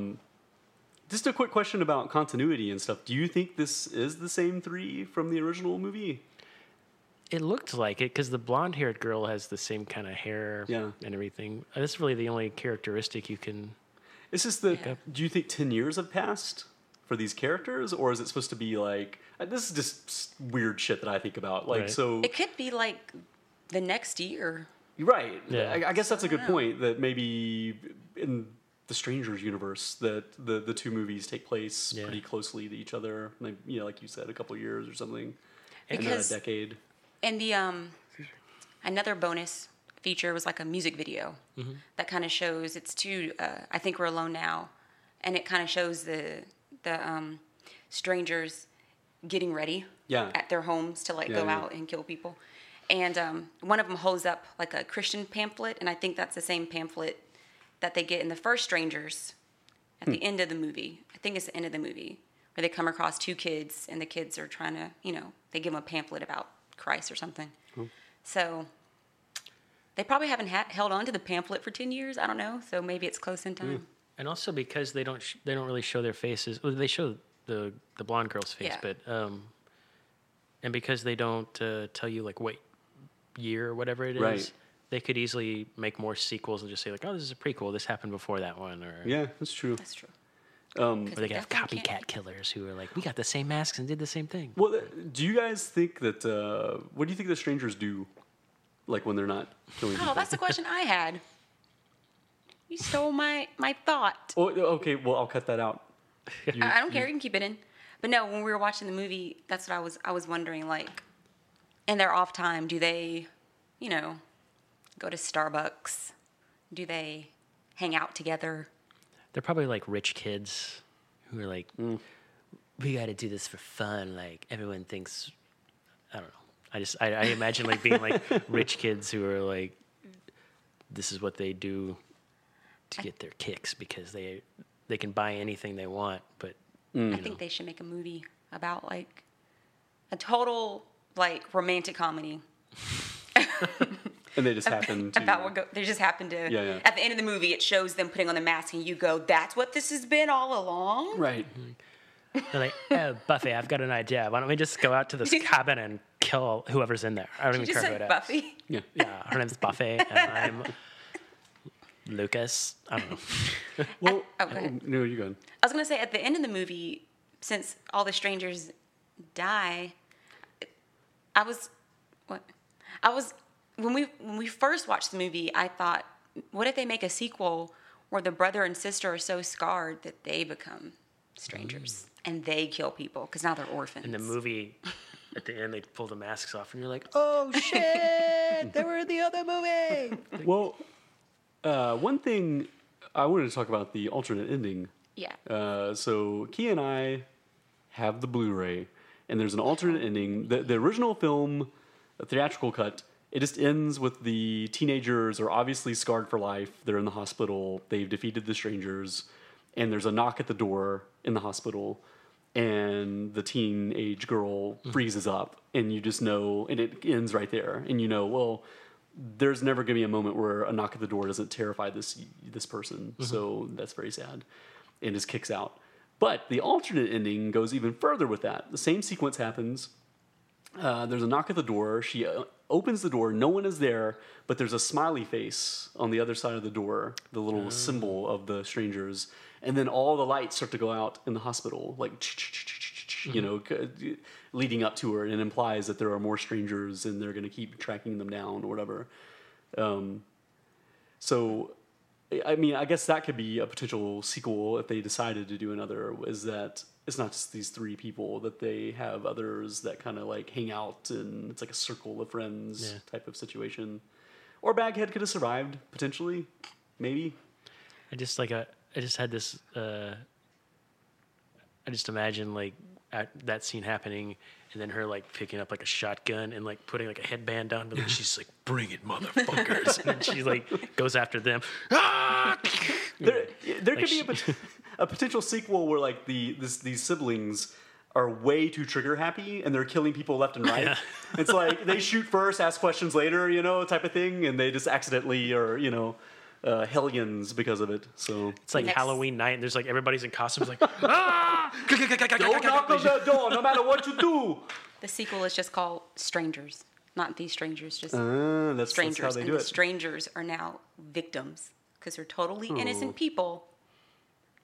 Speaker 3: Just a quick question about continuity and stuff. Do you think this is the same three from the original movie?
Speaker 1: it looked like it because the blonde haired girl has the same kind of hair
Speaker 3: Yeah.
Speaker 1: and everything. That's really the only characteristic you can.
Speaker 3: Is this the? Do you think ten years have passed for these characters, or is it supposed to be like? uh, This is just s- weird shit that I think about. Like
Speaker 1: Right.
Speaker 3: so.
Speaker 2: It could be like the next year.
Speaker 3: Right.
Speaker 1: Yeah.
Speaker 3: I, I guess that's a good point that maybe in the Strangers universe that the, the two movies take place
Speaker 1: Yeah.
Speaker 3: pretty closely to each other. Like, you know, like you said, a couple years or something. And then a
Speaker 2: Because-
Speaker 3: decade.
Speaker 2: And the um, another bonus feature was like a music video that kind of shows it's two. Uh, I think we're alone now, and it kind of shows the the um, strangers getting ready
Speaker 3: Yeah.
Speaker 2: at their homes to like
Speaker 3: Yeah,
Speaker 2: go
Speaker 3: yeah.
Speaker 2: out and kill people. And um, one of them holds up like a Christian pamphlet, and I think that's the same pamphlet that they get in the first Strangers at
Speaker 3: Hmm.
Speaker 2: the end of the movie. I think it's the end of the movie where they come across two kids, and the kids are trying to, you know, they give them a pamphlet about Christ or something. So they probably haven't ha- held on to the pamphlet for ten years. I don't know. So maybe it's close
Speaker 3: Hmm.
Speaker 2: in time.
Speaker 1: And also because they don't, sh- they don't really show their faces. Well, they show the, the blonde girl's face,
Speaker 2: Yeah.
Speaker 1: but, um, and because they don't uh, tell you like what year or whatever it is,
Speaker 3: Right.
Speaker 1: they could easily make more sequels and just say like, oh, this is a prequel. This happened before that one, or
Speaker 3: Yeah, that's true.
Speaker 2: That's true.
Speaker 1: or Um, they could have copycat killers who are like, we got the same masks and did the same thing.
Speaker 3: Well, th- do you guys think that, uh, what do you think the strangers do? Like when they're not killing
Speaker 2: Oh,
Speaker 3: people?
Speaker 2: that's the question I had. You stole my my thought.
Speaker 3: Oh, okay, well, I'll cut that out.
Speaker 2: I I don't care. You can keep it in. But no, when we were watching the movie, that's what I was. I was wondering, like, in their off time, do they, you know, go to Starbucks? Do they hang out together?
Speaker 1: They're probably like rich kids who are like,
Speaker 2: Mm.
Speaker 1: we got to do this for fun. Like everyone thinks, I don't know. I just I, I imagine like being like rich kids who are like, this is what they do to get their kicks because they they can buy anything they want. But
Speaker 3: Mm.
Speaker 2: I think they should make a movie about like a total like romantic comedy
Speaker 3: and they just happen to
Speaker 2: about what go, they just happened to.
Speaker 3: Yeah, yeah.
Speaker 2: At the end of the movie, it shows them putting on the mask, and you go, "That's what this has been all along."
Speaker 3: right.
Speaker 1: Mm-hmm. They're like, oh, Buffy, I've got an idea. Why don't we just go out to this cabin and kill whoever's in there? I don't even
Speaker 2: Just
Speaker 1: care who it
Speaker 2: like
Speaker 1: is.
Speaker 2: Buffy.
Speaker 3: Yeah.
Speaker 1: Yeah, her name's Buffy, and I'm Lucas. I don't know.
Speaker 3: Well,
Speaker 2: oh, go ahead.
Speaker 3: no, you go. ahead.
Speaker 2: I was gonna say at the end of the movie, since all the strangers die, I was what I was when we when we first watched the movie, I thought, what if they make a sequel where the brother and sister are so scarred that they become strangers and they kill people because now they're orphans.
Speaker 1: In the movie, at the end, they pull the masks off, and you're like, oh shit, they were in the other movie.
Speaker 3: Well, uh, one thing I wanted to talk about the alternate ending.
Speaker 2: yeah,
Speaker 3: Uh, so Key and I have the Blu-ray, and there's an alternate ending. The, the original film, the theatrical cut, it just ends with the teenagers are obviously scarred for life. They're in the hospital. They've defeated the strangers, and there's a knock at the door in the hospital, and the teenage girl freezes up, and you just know, and it ends right there, and you know, well. There's never gonna be a moment where a knock at the door doesn't terrify this this person. So that's very sad and just kicks out. But the alternate ending goes even further with that. The same sequence happens. Uh, there's a knock at the door. She uh, opens the door. No one is there, but there's a smiley face on the other side of the door, the little symbol of the strangers. And then all the lights start to go out in the hospital, like, you know, c- leading up to her. And it implies that there are more strangers and they're going to keep tracking them down or whatever. Um, so I mean, I guess that could be a potential sequel if they decided to do another. Is that it's not just these three people that they have others that kind of like hang out and it's like a circle of friends
Speaker 1: Yeah.
Speaker 3: type of situation. Or Baghead could have survived potentially, maybe.
Speaker 1: I just like a, I just had this. Uh, I just imagine like at that scene happening, and then her like picking up like a shotgun and like putting like a headband on, but like, she's like, "Bring it, motherfuckers!" and then she like goes after them. Ah!
Speaker 3: There, there
Speaker 1: Like
Speaker 3: could be a, pot- a potential sequel where like the this, these siblings are way too trigger happy and they're killing people left and right. it's like they shoot first, ask questions later, you know, type of thing, and they just accidentally are you know uh, hellions because of it. So
Speaker 1: It's like
Speaker 2: Next-
Speaker 1: Halloween night, and there's like everybody's in costumes, like ah!
Speaker 3: don't knock on the door, no matter what you do.
Speaker 2: the sequel is just called Strangers, not these strangers, just
Speaker 3: Uh, that's, that's
Speaker 2: strangers,
Speaker 3: how they
Speaker 2: and
Speaker 3: do
Speaker 2: the
Speaker 3: it.
Speaker 2: strangers are now victims because they're totally
Speaker 3: Oh.
Speaker 2: innocent people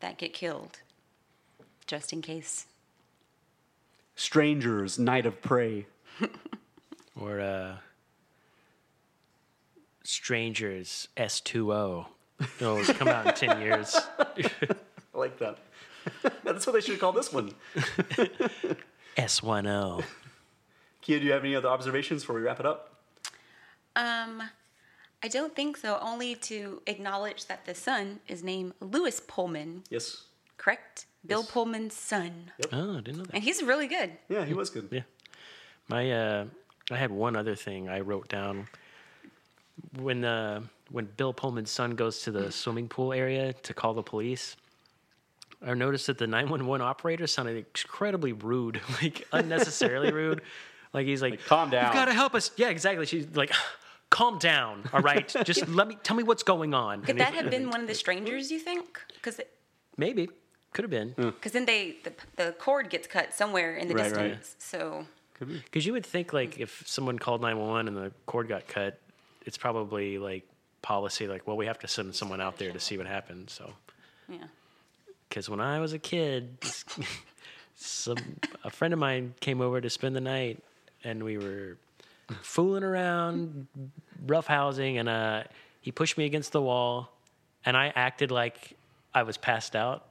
Speaker 2: that get killed, just in case.
Speaker 3: Strangers, night of prey.
Speaker 1: or uh, Strangers S two O. It'll come out in ten years.
Speaker 3: I like that. that's what they should call this one.
Speaker 1: S one oh. O.
Speaker 3: Kia, do you have any other observations before we wrap it up?
Speaker 2: Um, I don't think so. Only to acknowledge that the son is named Lewis Pullman,
Speaker 3: Yes.
Speaker 2: correct? Bill
Speaker 3: Yes.
Speaker 2: Pullman's son,
Speaker 1: Oh, I didn't know that.
Speaker 2: and he's really good.
Speaker 3: Mm. Yeah, he was good.
Speaker 1: Yeah. My uh, I had one other thing I wrote down. When uh, when Bill Pullman's son goes to the swimming pool area to call the police, I noticed that the nine one one operator sounded incredibly rude, like unnecessarily rude. Like he's like,
Speaker 3: Like, "Calm down."
Speaker 1: You gotta help us. Yeah, exactly. She's like, calm down. All right, just let me tell me what's going on.
Speaker 2: Could
Speaker 1: And he's
Speaker 2: that
Speaker 1: like,
Speaker 2: have been one of the strangers? You think? Because
Speaker 1: maybe? Could have been.
Speaker 2: because then they the, the cord gets cut somewhere in the
Speaker 3: Right, right.
Speaker 2: distance. So
Speaker 3: Could be.
Speaker 1: Because you would think like if someone called nine one one and the cord got cut, it's probably like policy like well we have to send someone out there to see what happens. So
Speaker 2: yeah.
Speaker 1: because when I was a kid, some a friend of mine came over to spend the night and we were fooling around, roughhousing, and uh, he pushed me against the wall, and I acted like I was passed out,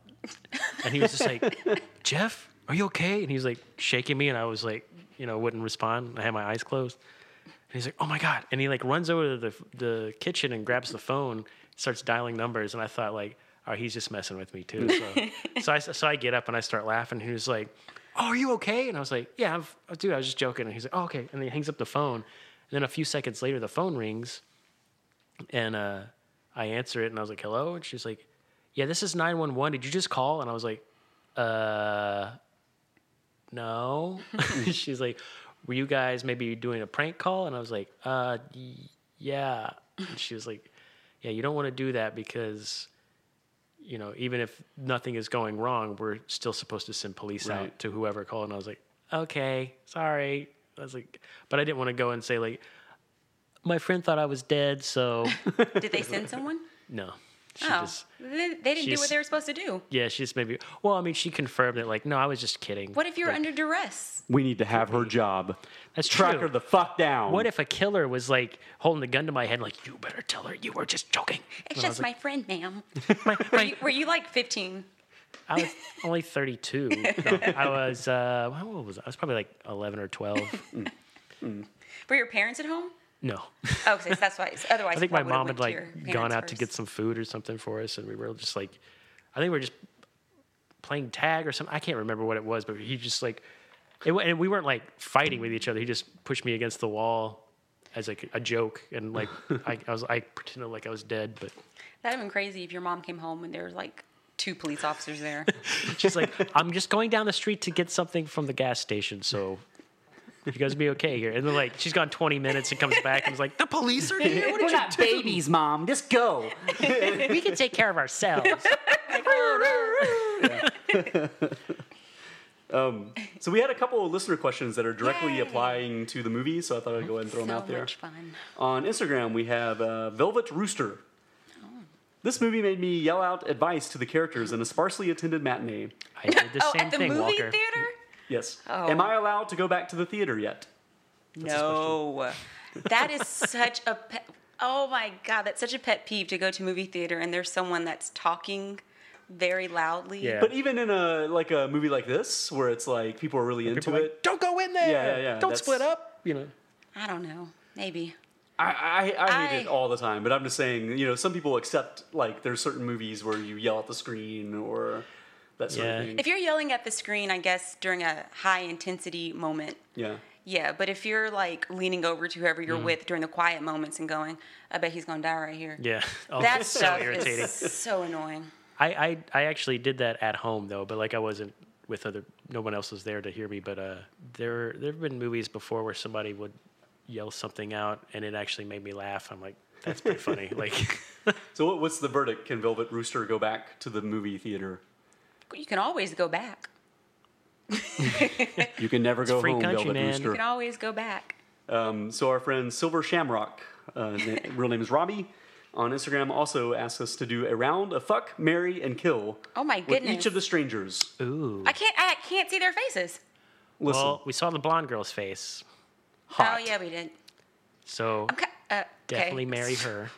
Speaker 1: and he was just like, "Jeff, are you okay?" And he was like shaking me, and I was like, you know, wouldn't respond. I had my eyes closed, and he's like, "Oh my god!" And he like runs over to the the kitchen and grabs the phone, starts dialing numbers, and I thought like, "Oh, he's just messing with me too." So, so I so I get up and I start laughing. He was like, "Oh, are you okay?" And I was like, "Yeah, I'm, f- dude, I was just joking." And he's like, "Oh, okay." And then he hangs up the phone. And then a few seconds later, the phone rings, and uh, I answer it, and I was like, "Hello," and she's like, "Yeah, this is nine one one. Did you just call?" And I was like, "Uh." no. she's like, were you guys maybe doing a prank call? And I was like, uh, y- yeah. And she was like, yeah, you don't want to do that because, you know, even if nothing is going wrong, we're still supposed to send police
Speaker 3: Right.
Speaker 1: out to whoever called. And I was like, okay, sorry. I was like, but I didn't want to go and say like, my friend thought I was dead, so
Speaker 2: Did they send someone?
Speaker 1: no. She
Speaker 2: oh,
Speaker 1: just,
Speaker 2: they, they didn't do
Speaker 1: she's-
Speaker 2: what they were supposed to do.
Speaker 1: yeah, she just maybe. Well, I mean, she confirmed it. Like, no, I was just kidding.
Speaker 2: What if you're
Speaker 1: Like,
Speaker 2: under duress?
Speaker 3: We need to have her job.
Speaker 1: That's
Speaker 3: Track
Speaker 1: true.
Speaker 3: her the fuck down.
Speaker 1: What if a killer was like holding a gun to my head, like, you better tell her you were just joking?
Speaker 2: It's just my friend, ma'am.
Speaker 1: My,
Speaker 2: Were
Speaker 1: my-
Speaker 2: you, were you like 15?
Speaker 1: I was only 32. No, I was, uh, how old was I? I was probably like 11 or 12.
Speaker 2: Were your parents at home?
Speaker 1: No.
Speaker 2: Oh, okay, so that's why. so otherwise,
Speaker 1: I think
Speaker 2: you
Speaker 1: my
Speaker 2: probably
Speaker 1: mom
Speaker 2: would've
Speaker 1: had
Speaker 2: went to
Speaker 1: like
Speaker 2: your
Speaker 1: gone
Speaker 2: parents
Speaker 1: out to
Speaker 2: first.
Speaker 1: get some food or something for us, and we were just like, I think we were just playing tag or something. I can't remember what it was, but he just like, it, wa- and we weren't like fighting with each other. He just pushed me against the wall as like a joke, and like I, I was I pretended like I was dead, but
Speaker 2: That'd have been crazy if your mom came home and there was like two police officers there.
Speaker 1: she's like, I'm just going down the street to get something from the gas station, so. You guys be okay here, and then like she's gone 20 minutes and comes back and is like, "The police are here. What did
Speaker 4: We're
Speaker 1: you
Speaker 4: not babies, mom. Just go.
Speaker 1: we can take care of ourselves."
Speaker 3: So we had a couple of listener questions that are directly
Speaker 2: Yay.
Speaker 3: applying to the movie, so I thought I'd go ahead and throw
Speaker 2: so
Speaker 3: them out there.
Speaker 2: much fun.
Speaker 3: On Instagram, we have uh, Velvet Rooster.
Speaker 2: Oh.
Speaker 3: This movie made me yell out advice to the characters in a sparsely attended matinee.
Speaker 1: I did the
Speaker 2: oh,
Speaker 1: same
Speaker 2: at the
Speaker 1: thing,
Speaker 2: movie
Speaker 1: Walker.
Speaker 2: theater?
Speaker 3: Yes.
Speaker 2: Oh.
Speaker 3: Am I allowed to go back to the theater yet?
Speaker 2: No. that is such a pet. Oh my god, that's such a pet peeve to go to movie theater and there's someone that's talking very loudly.
Speaker 1: Yeah.
Speaker 3: But even in a like a movie like this, where it's like people are really into
Speaker 1: People are like,
Speaker 3: it,
Speaker 1: don't go in there.
Speaker 3: Yeah, yeah, yeah,
Speaker 1: Don't
Speaker 3: that's-
Speaker 1: split up. You know.
Speaker 2: I don't know. Maybe.
Speaker 3: I, I, I hate it
Speaker 2: I-
Speaker 3: all the time. But I'm just saying, you know, some people accept like there's certain movies where you yell at the screen or that sort
Speaker 1: Yeah.
Speaker 3: of thing.
Speaker 2: If you're yelling at the screen, I guess during a high intensity moment,
Speaker 3: yeah.
Speaker 2: yeah. But if you're like leaning over to whoever you're with during the quiet moments and going, I bet he's gonna die right here.
Speaker 1: Yeah. Oh,
Speaker 2: That
Speaker 1: it's
Speaker 2: stuff
Speaker 1: so irritating.
Speaker 2: is so annoying.
Speaker 1: I, I I actually did that at home though, but like I wasn't with other. No one else was there to hear me. But uh, there there have been movies before where somebody would yell something out and it actually made me laugh. I'm like, that's pretty funny. Like,
Speaker 3: So what, what's the verdict? Can Velvet Rooster go back to the movie theater?
Speaker 2: You can always go back.
Speaker 3: You can never go
Speaker 1: free
Speaker 3: home,
Speaker 1: country,
Speaker 3: Velvet
Speaker 1: man.
Speaker 3: Rooster.
Speaker 2: You can always go back.
Speaker 3: Um, so our friend Silver Shamrock, uh, his na- real name is Robbie, on Instagram also asked us to do a round of fuck, marry, and kill.
Speaker 2: Oh my
Speaker 3: with
Speaker 2: goodness.
Speaker 3: each of the strangers.
Speaker 1: ooh.
Speaker 2: I can't I can't see their faces.
Speaker 3: Listen,
Speaker 1: Well, we saw the blonde girl's face,
Speaker 3: hot.
Speaker 2: Oh yeah, we did.
Speaker 1: so
Speaker 2: Okay. Uh, okay.
Speaker 1: definitely marry her.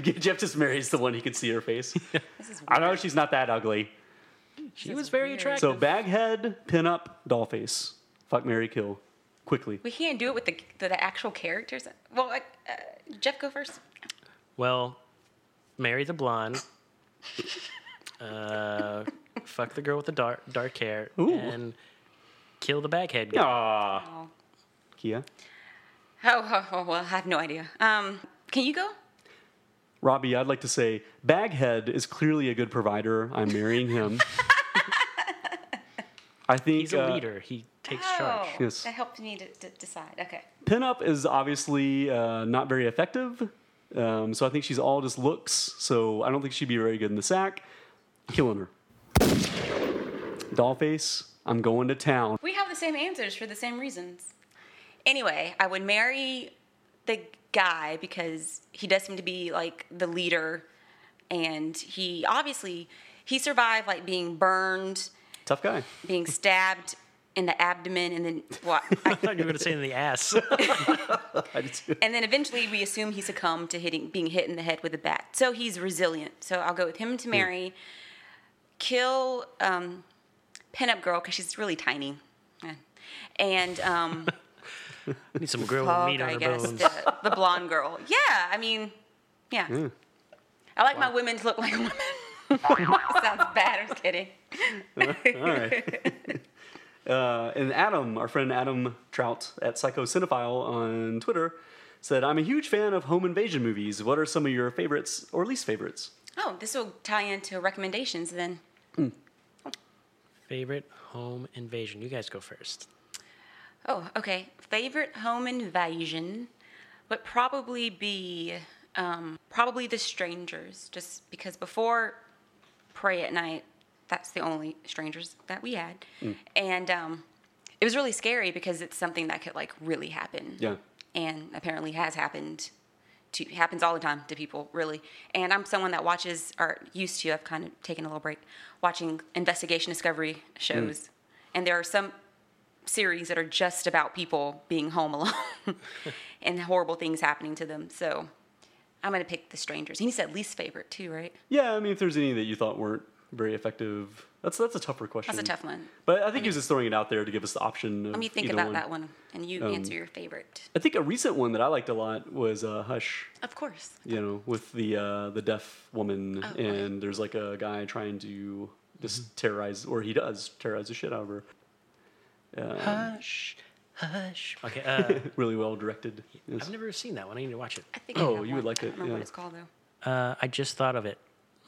Speaker 3: Jeff just marries the one he could see her face.
Speaker 2: This is
Speaker 3: I know
Speaker 2: weird.
Speaker 3: she's not that ugly.
Speaker 1: She was very
Speaker 2: weird.
Speaker 1: attractive.
Speaker 3: So Baghead, Pinup, Dollface, fuck, marry, kill, quickly.
Speaker 2: We can't do it with the the, the actual characters. Well, like, uh, Jeff, go first.
Speaker 1: Well, marry the blonde. uh, fuck the girl with the dark dark hair
Speaker 3: Ooh.
Speaker 1: and kill the baghead guy.
Speaker 3: Aww. Kia.
Speaker 2: Oh, oh, oh, well, I have no idea. Um, can you go?
Speaker 3: Robbie, I'd like to say Baghead is clearly a good provider. I'm marrying him. I think
Speaker 1: He's a
Speaker 3: uh,
Speaker 1: leader. He takes
Speaker 2: Oh,
Speaker 1: charge.
Speaker 3: Yes.
Speaker 2: that helped me to, to decide. Okay.
Speaker 3: Pinup is obviously uh, not very effective. Um, so I think she's all just looks. So I don't think she'd be very good in the sack. Killing her. Dollface, I'm going to town.
Speaker 2: We have the same answers for the same reasons. Anyway, I would marry the guy because he does seem to be like the leader, and he obviously he survived like being burned,
Speaker 3: Tough guy.
Speaker 2: being stabbed in the abdomen, and then what?
Speaker 1: I thought you were going to say in the ass.
Speaker 3: I did too.
Speaker 2: and then eventually we assume he succumbed to hitting being hit in the head with a bat so he's resilient so i'll go with him to marry kill um, pinup girl because she's really tiny Eh. and um,
Speaker 1: Need some grilled
Speaker 2: fuck,
Speaker 1: meat on
Speaker 2: i
Speaker 1: her
Speaker 2: guess
Speaker 1: bones.
Speaker 2: the, the blonde girl yeah i mean yeah i like my women to look like women sounds bad i'm just kidding
Speaker 3: All right. uh, and Adam, our friend Adam Trout at Psycho Cinephile on Twitter, said, I'm a huge fan of home invasion movies. What are some of your favorites or least favorites?
Speaker 2: oh this will tie into recommendations then
Speaker 1: Favorite home invasion. You guys go first.
Speaker 2: Oh, okay. Favorite home invasion would probably be um, probably The Strangers, just because before Pray at Night, that's the only strangers that we had. And um, it was really scary because it's something that could like really happen.
Speaker 3: Yeah.
Speaker 2: And apparently has happened to happens all the time to people really and i'm someone that watches or used to i've kind of taken a little break watching investigation discovery shows and there are some series that are just about people being home alone and horrible things happening to them so i'm going to pick the strangers and he said least favorite too right
Speaker 3: Yeah, I mean, if there's any that you thought weren't very effective, that's that's a tougher question.
Speaker 2: that's a tough one
Speaker 3: But I think he was just throwing it out there to give us the option. Of
Speaker 2: let me think
Speaker 3: either
Speaker 2: about
Speaker 3: one. Um,
Speaker 2: that one and you answer your favorite
Speaker 3: I think a recent one that I liked a lot was uh, Hush.
Speaker 2: of course
Speaker 3: You know, with the uh, the deaf woman,
Speaker 2: Oh,
Speaker 3: and
Speaker 2: right.
Speaker 3: there's like a guy trying to just terrorize, or he does terrorize the shit out of her.
Speaker 1: Hush, hush. Okay, uh,
Speaker 3: Really well directed. Yes.
Speaker 1: I've never seen that one. I need to watch it.
Speaker 2: i think
Speaker 3: Oh,
Speaker 2: I have
Speaker 3: you would
Speaker 2: one.
Speaker 3: like
Speaker 2: I don't
Speaker 3: it,
Speaker 2: remember
Speaker 3: yeah.
Speaker 2: what it's called though
Speaker 1: Uh, I just thought of it.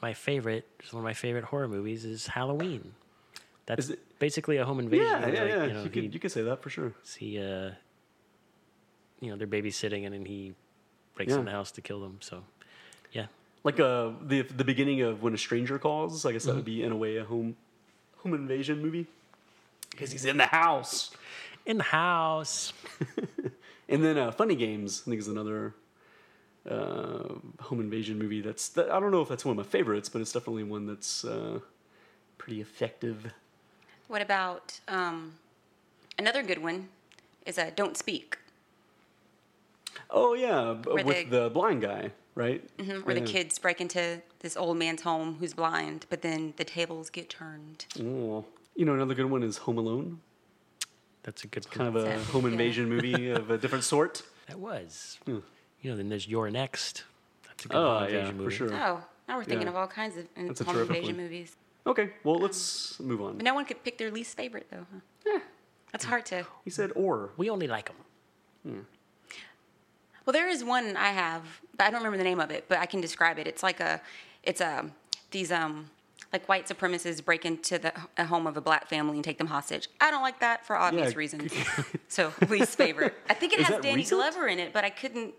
Speaker 1: My favorite, it's one of my favorite horror movies, is Halloween. That's
Speaker 3: Is it-
Speaker 1: basically a home invasion.
Speaker 3: yeah, yeah,
Speaker 1: like,
Speaker 3: yeah.
Speaker 1: You
Speaker 3: You,
Speaker 1: know,
Speaker 3: could
Speaker 1: he-
Speaker 3: you could say that for sure.
Speaker 1: he, uh, you know, they're babysitting and then he breaks
Speaker 3: Yeah.
Speaker 1: in the house to kill them. So, yeah,
Speaker 3: Like uh, the the beginning of when a stranger calls. I guess that would be in a way a home home invasion movie.
Speaker 4: Because he's in the house.
Speaker 1: in the house.
Speaker 3: And then uh, Funny Games, I think, is another uh, home invasion movie. That's that, I don't know if that's one of my favorites, but it's definitely one that's uh, pretty effective.
Speaker 2: What about um, another good one? Is uh, don't speak,
Speaker 3: Oh yeah, b-
Speaker 2: Where
Speaker 3: with
Speaker 2: the-
Speaker 3: the blind guy, right? Mm-hmm,
Speaker 2: where the kids break into this old man's home who's blind, but then the tables get turned.
Speaker 3: Oh. You know, another good one is Home Alone,
Speaker 1: That's a good
Speaker 3: kind of a
Speaker 2: Exactly,
Speaker 3: home
Speaker 2: yeah.
Speaker 3: invasion movie of a different sort.
Speaker 1: That was. You know, then there's Your Next. That's a good
Speaker 3: Hmm. Oh
Speaker 1: home
Speaker 3: yeah,
Speaker 1: invasion
Speaker 3: for
Speaker 1: movie.
Speaker 3: sure.
Speaker 2: Oh, now we're thinking
Speaker 3: Yeah.
Speaker 2: of all kinds of in-
Speaker 3: That's a
Speaker 2: home
Speaker 3: terrific
Speaker 2: invasion
Speaker 3: one.
Speaker 2: movies.
Speaker 3: Okay, well let's move on.
Speaker 2: But no one could pick their least favorite though. Huh? That's hard to.
Speaker 3: He said or.
Speaker 1: We only like them.
Speaker 2: Well, there is one I have, but I don't remember the name of it. But I can describe it. It's like a, it's a, these um, like white supremacists break into the a home of a black family and take them hostage. I don't like that for obvious
Speaker 3: Yeah.
Speaker 2: reasons. so least favorite. I think it
Speaker 3: Is
Speaker 2: has
Speaker 3: that
Speaker 2: Danny
Speaker 3: recent?
Speaker 2: Glover in it, but I couldn't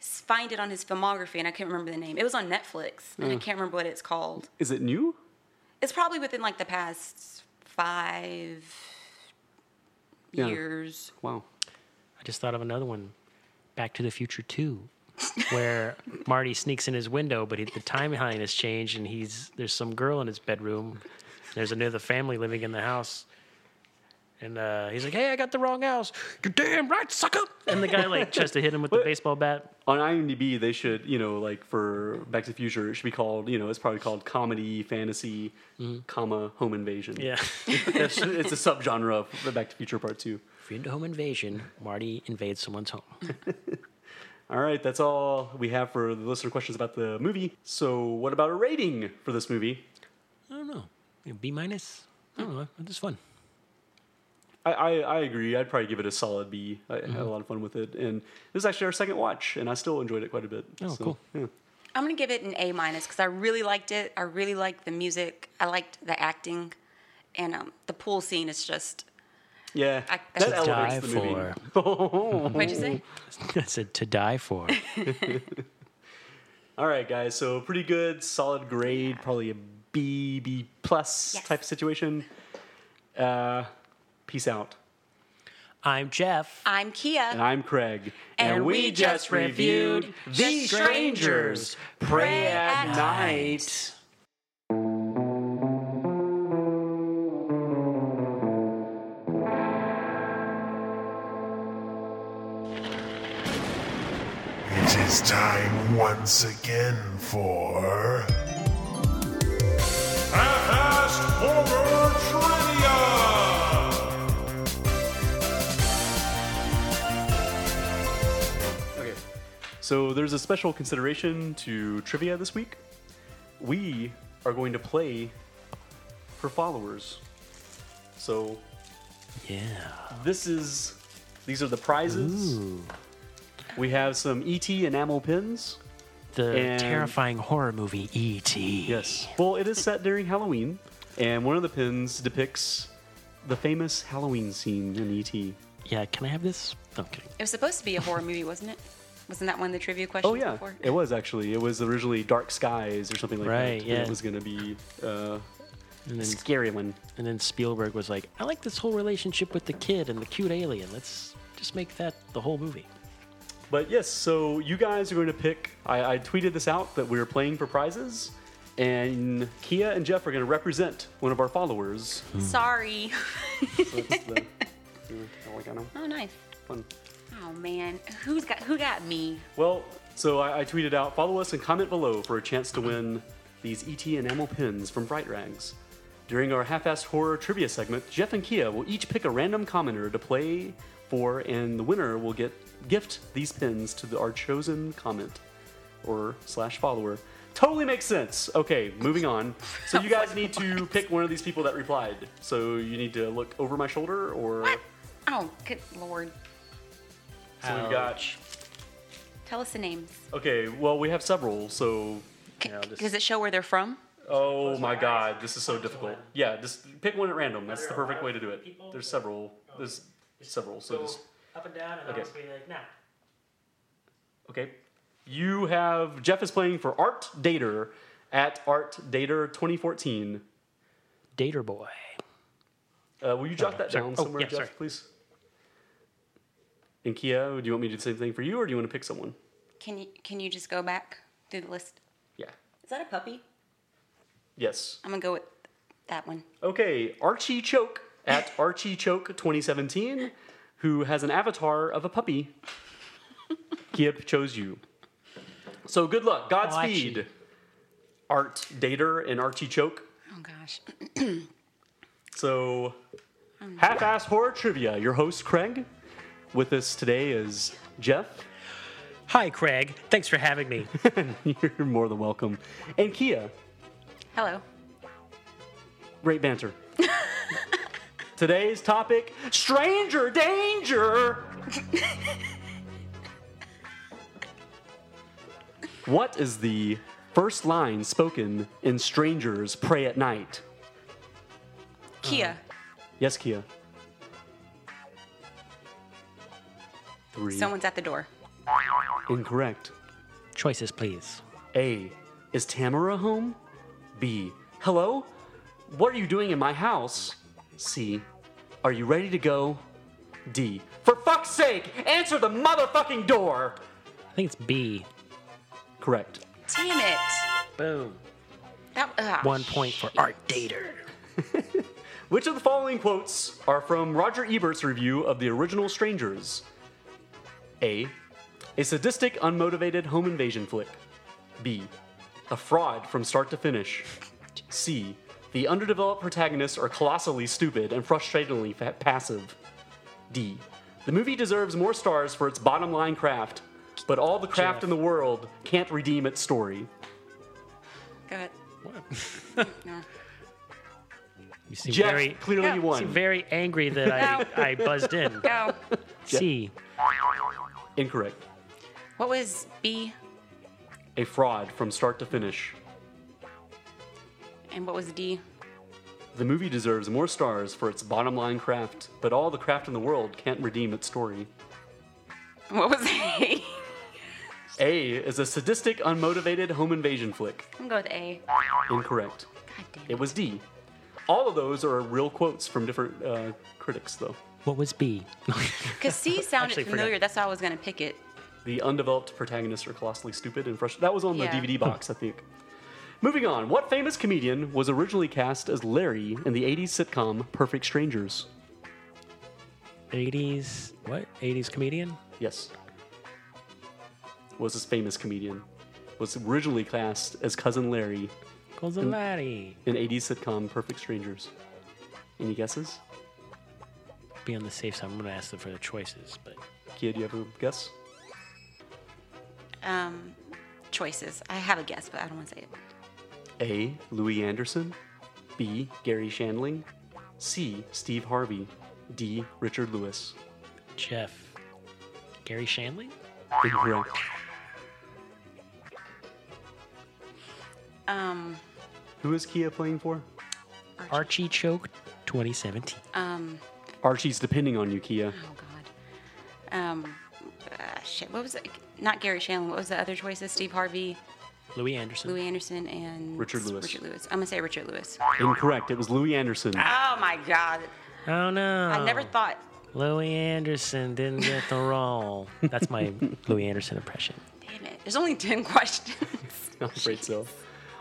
Speaker 2: s- find it on his filmography and I couldn't remember the name. It was on Netflix and I
Speaker 3: Hmm.
Speaker 2: can't remember what it's called.
Speaker 3: Is it new?
Speaker 2: It's probably within like the past five
Speaker 3: Yeah.
Speaker 2: years.
Speaker 3: Wow.
Speaker 1: I just thought of another one, Back to the Future Two, where Marty sneaks in his window, but he, the timeline has changed, and he's there's some girl in his bedroom. There's another family living in the house, and uh, he's like, "Hey, I got the wrong house. You damn right, sucker!" And the guy like tries to hit him with the baseball bat.
Speaker 3: on IMDb, they should, you know, like for Back to the Future, it should be called, you know, it's probably called comedy, fantasy, comma, home invasion.
Speaker 1: Mm-hmm. Yeah.
Speaker 3: it's, it's a subgenre of the Back to the Future Part 2.
Speaker 1: If you're into home invasion, Marty invades someone's home.
Speaker 3: Hmm. All right, that's all we have for the listener questions about the movie. So, what about a rating for this movie?
Speaker 1: I don't know. B minus. I don't know. This is fun.
Speaker 3: I, I, I agree. I'd probably give it a solid B. I had
Speaker 1: Mm-hmm.
Speaker 3: a lot of fun with it. And it was actually our second watch, and I still enjoyed it quite a bit.
Speaker 1: Oh, cool.
Speaker 3: Yeah.
Speaker 2: I'm gonna give it an A minus because I really liked it. I really liked the music. I liked the acting, and um, the pool scene is just.
Speaker 3: yeah.
Speaker 2: I-
Speaker 3: that
Speaker 2: To
Speaker 3: elevates the movie.
Speaker 2: What'd you say?
Speaker 1: I said to die for.
Speaker 3: All right, guys. So pretty good, solid grade, probably a B, B plus
Speaker 2: Yes.
Speaker 3: type situation. Uh, peace out.
Speaker 1: I'm Jeff.
Speaker 2: I'm Kia.
Speaker 3: And I'm Craig.
Speaker 2: And we just reviewed The Strangers. Pray at
Speaker 3: night.
Speaker 10: It is time once again for. Half-assed Horror Trivia!
Speaker 3: Okay. So there's a special consideration to trivia this week. We are going to play for followers. So
Speaker 1: Yeah.
Speaker 3: This is these are the prizes. We have some ET enamel pins.
Speaker 1: the
Speaker 3: And-
Speaker 1: terrifying horror movie E E.T.
Speaker 3: Yes. Well, it is set during Halloween, and one of the pins depicts the famous Halloween scene in E ET.
Speaker 1: yeah, can I have this? Okay.
Speaker 2: It was supposed to be a horror movie, wasn't it? Wasn't that one of the trivia questions
Speaker 3: oh yeah,
Speaker 2: before?
Speaker 3: it was actually. It was originally Dark Skies or something like
Speaker 1: Right,
Speaker 3: that.
Speaker 1: yeah.
Speaker 3: It was gonna be uh,
Speaker 1: And then,
Speaker 3: scary one.
Speaker 1: and then Spielberg was like, I like this whole relationship with the kid and the cute alien. Let's just make that the whole movie.
Speaker 3: But yes, so you guys are going to pick. I, I tweeted this out that we were playing for prizes, and Kia and Jeff are going to represent one of our followers.
Speaker 2: Sorry.
Speaker 3: So that's the- Oh, I got 'em.
Speaker 2: Oh, nice.
Speaker 3: Fun.
Speaker 2: Oh man, who's got who got me?
Speaker 3: Well, so I, I tweeted out follow us and comment below for a chance to win these ET enamel pins from Bright Rags. During our half assed horror trivia segment, Jeff and Kia will each pick a random commenter to play for, and the winner will get gift these pins to the, our chosen comment or slash follower. Totally makes sense. Okay, moving on. So you guys need to pick one of these people that replied. So you need to look over my shoulder, or
Speaker 2: What? Oh, good lord.
Speaker 3: so we've got.
Speaker 2: Tell us the names.
Speaker 3: Okay, well we have several. So
Speaker 2: C-
Speaker 1: Yeah, I'll just-
Speaker 2: Does it show where they're from?
Speaker 3: Oh my god, this is so difficult. Yeah, just pick one at random. That's the perfect way to do it. There's several. There's several. So just
Speaker 1: up and down, and
Speaker 3: Okay.
Speaker 1: be like, nah.
Speaker 3: okay. You have Jeff is playing for Art Dater at Art Dater 2014.
Speaker 1: Dater boy.
Speaker 3: Uh, will you jot that
Speaker 1: sorry.
Speaker 3: down
Speaker 1: Oh,
Speaker 3: somewhere,
Speaker 1: yeah,
Speaker 3: Jeff,
Speaker 1: sorry.
Speaker 3: please? And Kia, do you want me to do the same thing for you, or do you want to pick someone?
Speaker 2: Can you can you just go back through the list?
Speaker 3: Yeah.
Speaker 2: Is that a puppy?
Speaker 3: Yes.
Speaker 2: I'm gonna go with that one.
Speaker 3: Okay, Archie Choke at Archie Choke 2017, who has an avatar of a puppy. Kip chose you. So good luck. Godspeed. Art Dater and Archie Choke.
Speaker 2: Oh gosh.
Speaker 3: So, half ass horror trivia. Your host, Craig. With us today is Jeff.
Speaker 1: Hi, Craig. Thanks for having me.
Speaker 3: You're more than welcome. And Kia.
Speaker 2: Hello.
Speaker 3: Great banter. Today's topic Stranger Danger. what is the first line spoken in Strangers Pray at Night?
Speaker 2: Kia.
Speaker 3: Yes, Kia. Three.
Speaker 2: Someone's at the door.
Speaker 3: Incorrect.
Speaker 1: Choices, please.
Speaker 3: A. Is Tamara home? B. Hello? What are you doing in my house? C. Are you ready to go? D. For fuck's sake, answer the motherfucking door!
Speaker 1: I think it's B.
Speaker 3: Correct.
Speaker 2: Damn it.
Speaker 1: Boom.
Speaker 2: That ugh.
Speaker 1: One point for Art Dater.
Speaker 3: Which of the following quotes are from Roger Ebert's review of the original Strangers? A. A sadistic, unmotivated home invasion flick. B. A fraud from start to finish. C. The underdeveloped protagonists are colossally stupid and frustratingly fa- passive. D. The movie deserves more stars for its bottom line craft, but all the craft in the world can't redeem its story.
Speaker 2: Go ahead.
Speaker 1: You seem
Speaker 3: Jeff
Speaker 1: very,
Speaker 3: clearly
Speaker 2: Yeah.
Speaker 1: you seem
Speaker 3: won.
Speaker 1: very angry that I, I buzzed in.
Speaker 2: Go.
Speaker 1: C.
Speaker 3: Incorrect.
Speaker 2: What was B
Speaker 3: A fraud from start to finish.
Speaker 2: and what was D?
Speaker 3: The movie deserves more stars for its bottom line craft, but all the craft in the world can't redeem its story.
Speaker 2: What was A?
Speaker 3: A is a sadistic, unmotivated home invasion flick.
Speaker 2: I'm gonna go with A.
Speaker 3: Incorrect.
Speaker 2: God damn it.
Speaker 3: It was D. All of those are real quotes from different uh, critics, though.
Speaker 1: What was B?
Speaker 2: Because C sounded
Speaker 1: Actually, forgot.
Speaker 2: familiar. That's why I was gonna pick it.
Speaker 3: The undeveloped protagonists are colossally stupid and frustrated. That was on
Speaker 2: Yeah.
Speaker 3: the DVD box, I think. Moving on, what famous comedian was originally cast as Larry in the 80s sitcom Perfect Strangers?
Speaker 1: 80s. What? 80s comedian?
Speaker 3: Yes. Was this famous comedian? Was originally cast as Cousin Larry
Speaker 1: Cozzolari.
Speaker 3: an 80s sitcom, Perfect Strangers. Any guesses?
Speaker 1: Be on the safe side. I'm going to ask them for the choices, but
Speaker 3: Kia, do you have a guess?
Speaker 2: Um, choices. I have a guess, but I don't want to say it.
Speaker 3: A. Louis Anderson. B. Gary Shandling. C. Steve Harvey. D. Richard Lewis.
Speaker 1: Jeff. Gary Shanley?
Speaker 3: Incorrect.
Speaker 2: Um,
Speaker 3: Who is Kia playing for?
Speaker 1: Archie Choke 2017.
Speaker 2: um.
Speaker 3: Archie's depending on you, Kia.
Speaker 2: Oh God. Um, uh, shit, what was it? Not Gary Shanlon. What was the other choices? Steve Harvey,
Speaker 1: Louis Anderson.
Speaker 2: Louis Anderson, and
Speaker 3: Richard Lewis.
Speaker 2: Richard Lewis. I'm gonna say Richard Lewis.
Speaker 3: Incorrect. It was Louis Anderson.
Speaker 2: Oh my god!
Speaker 1: Oh no!
Speaker 2: I never thought.
Speaker 1: Louis Anderson didn't get the role. That's my Louis Anderson impression.
Speaker 2: Damn it! There's only ten questions.
Speaker 3: I'm afraid so.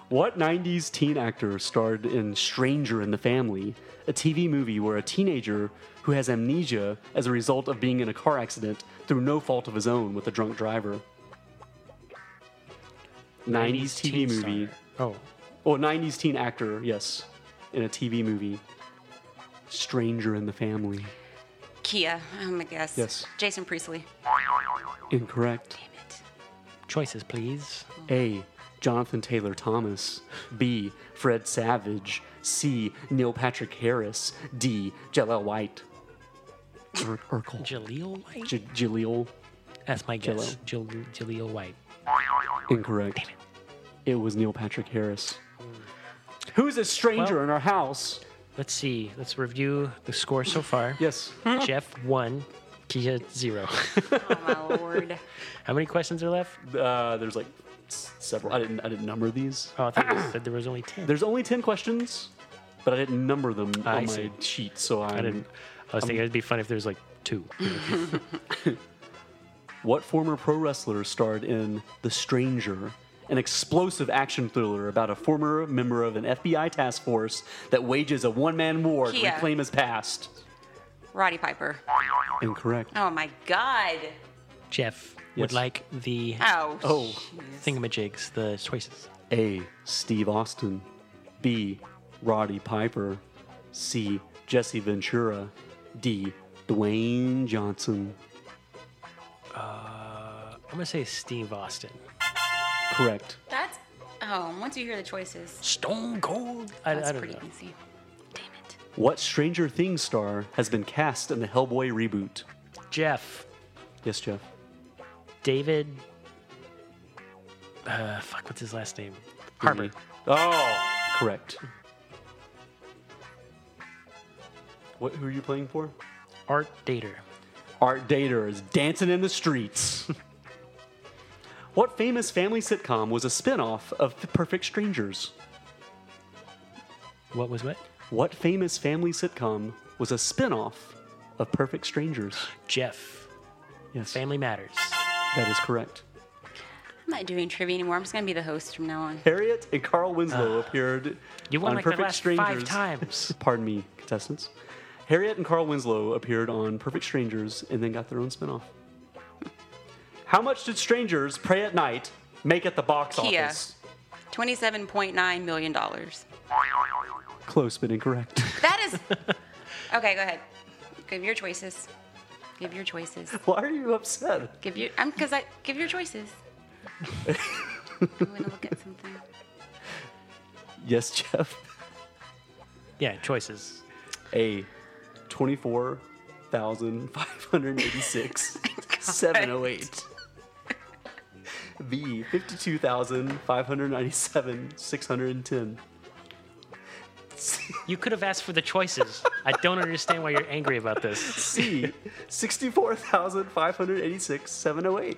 Speaker 3: What 90s teen actor starred in Stranger in the Family, a TV movie where a teenager who has amnesia as a result of being in a car accident through no fault of his own with a drunk driver? 90s TV
Speaker 1: teen
Speaker 3: movie.
Speaker 1: Oh,
Speaker 3: Oh, 90s teen actor, yes. In a TV movie. Stranger in the Family.
Speaker 2: Kia. I'm gonna guess.
Speaker 3: Yes.
Speaker 2: Jason Priestley.
Speaker 3: Incorrect.
Speaker 2: Damn it.
Speaker 1: choices, please.
Speaker 3: A. Jonathan Taylor Thomas. B. Fred Savage. C. Neil Patrick Harris. D. Jaleel White. Er, Urkel.
Speaker 1: Jaleel White.
Speaker 3: J- Jaleel.
Speaker 1: That's my guess. Jal- Jaleel White.
Speaker 3: Incorrect. it. was Neil Patrick Harris. Who's a stranger
Speaker 1: Well-
Speaker 3: in our house?
Speaker 1: Let's see. Let's review the score so far.
Speaker 3: Yes.
Speaker 1: Jeff one, Kia zero.
Speaker 2: Oh my lord.
Speaker 1: How many questions are left?
Speaker 3: Uh, there's like s- several. I didn't. I didn't number these.
Speaker 1: Oh, I thought you said there was only ten.
Speaker 3: There's only ten questions, but I didn't number them
Speaker 1: I
Speaker 3: on
Speaker 1: see.
Speaker 3: my sheet, so I'm,
Speaker 1: I didn't. I was thinking it'd be fun if there's like two.
Speaker 3: What former pro wrestler starred in The Stranger, an explosive action thriller about a former member of an FBI task force that wages a one man war to
Speaker 2: Kia.
Speaker 3: reclaim his past?
Speaker 2: Roddy Piper.
Speaker 3: Incorrect.
Speaker 2: Oh my god.
Speaker 1: Jeff
Speaker 3: Yes.
Speaker 1: would like the
Speaker 2: Oh.
Speaker 3: Oh.
Speaker 1: thingamajigs, the choices.
Speaker 3: A. Steve Austin. B. Roddy Piper. C. Jesse Ventura. D. Dwayne Johnson.
Speaker 1: I'm gonna say Steve Austin.
Speaker 3: Correct.
Speaker 2: That's. Oh, once you hear the choices,
Speaker 1: Stone Cold. I,
Speaker 2: that's
Speaker 1: I don't
Speaker 2: pretty
Speaker 1: know.
Speaker 2: easy. Damn it.
Speaker 3: What Stranger Things star has been cast in the Hellboy reboot?
Speaker 1: Jeff,
Speaker 3: Yes, Jeff.
Speaker 1: David. Uh, fuck, what's his last name? Harbor.
Speaker 3: Oh, correct. What? Who are you playing for?
Speaker 1: Art Dater.
Speaker 3: Art Dater is dancing in the streets. what famous family sitcom was a spin-off of The Perfect Strangers?
Speaker 1: What was what?
Speaker 3: What famous family sitcom was a spin-off of Perfect Strangers?
Speaker 1: Jeff.
Speaker 3: Yes,
Speaker 1: Family Matters.
Speaker 3: that is correct.
Speaker 2: I'm not doing trivia anymore. I'm just gonna be the host from now on.
Speaker 3: Harriet and Carl Winslow appeared
Speaker 1: Ah, You won
Speaker 3: on
Speaker 1: like the
Speaker 3: Perfect
Speaker 1: last
Speaker 3: Strangers.
Speaker 1: five times.
Speaker 3: Pardon me, contestants. Harriet and Carl Winslow appeared on Perfect Strangers and then got their own spinoff. How much did Strangers Pray at Night make at the box
Speaker 2: Kia.
Speaker 3: office?
Speaker 2: $27.9 million. That
Speaker 3: Close but incorrect.
Speaker 2: is. okay, go ahead. Give your choices. Give your choices.
Speaker 3: Why are you upset?
Speaker 2: Give your. I'm because I. Give your choices. I'm gonna look at something.
Speaker 3: Yes, Jeff.
Speaker 1: Yeah, choices.
Speaker 3: A. 24,586. 708. B. 52,597. 610.
Speaker 1: You could have asked for the choices. I don't understand why you're angry about this.
Speaker 3: C, 64,586, 708.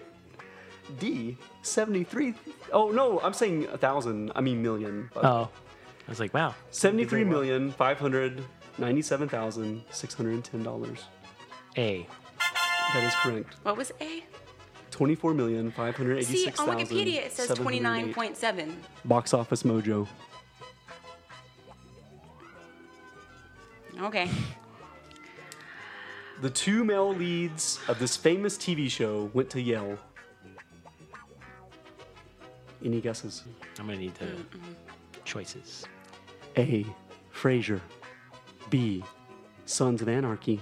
Speaker 3: D, 73. Oh, no, I'm saying a 1,000. I mean million.
Speaker 1: Oh. I was like, wow.
Speaker 3: Seventy-three million five hundred ninety-seven thousand six hundred and ten dollars.
Speaker 1: A.
Speaker 3: That is correct.
Speaker 2: What was A?
Speaker 3: Twenty-four million five hundred
Speaker 2: See,
Speaker 3: eighty-six
Speaker 2: on
Speaker 3: thousand.
Speaker 2: Wikipedia it says 29.7.
Speaker 3: Box office mojo.
Speaker 2: Okay.
Speaker 3: The two male leads of this famous TV show went to Yale. Any guesses?
Speaker 1: I'm gonna need the choices.
Speaker 3: A. Frasier. B. Sons of Anarchy.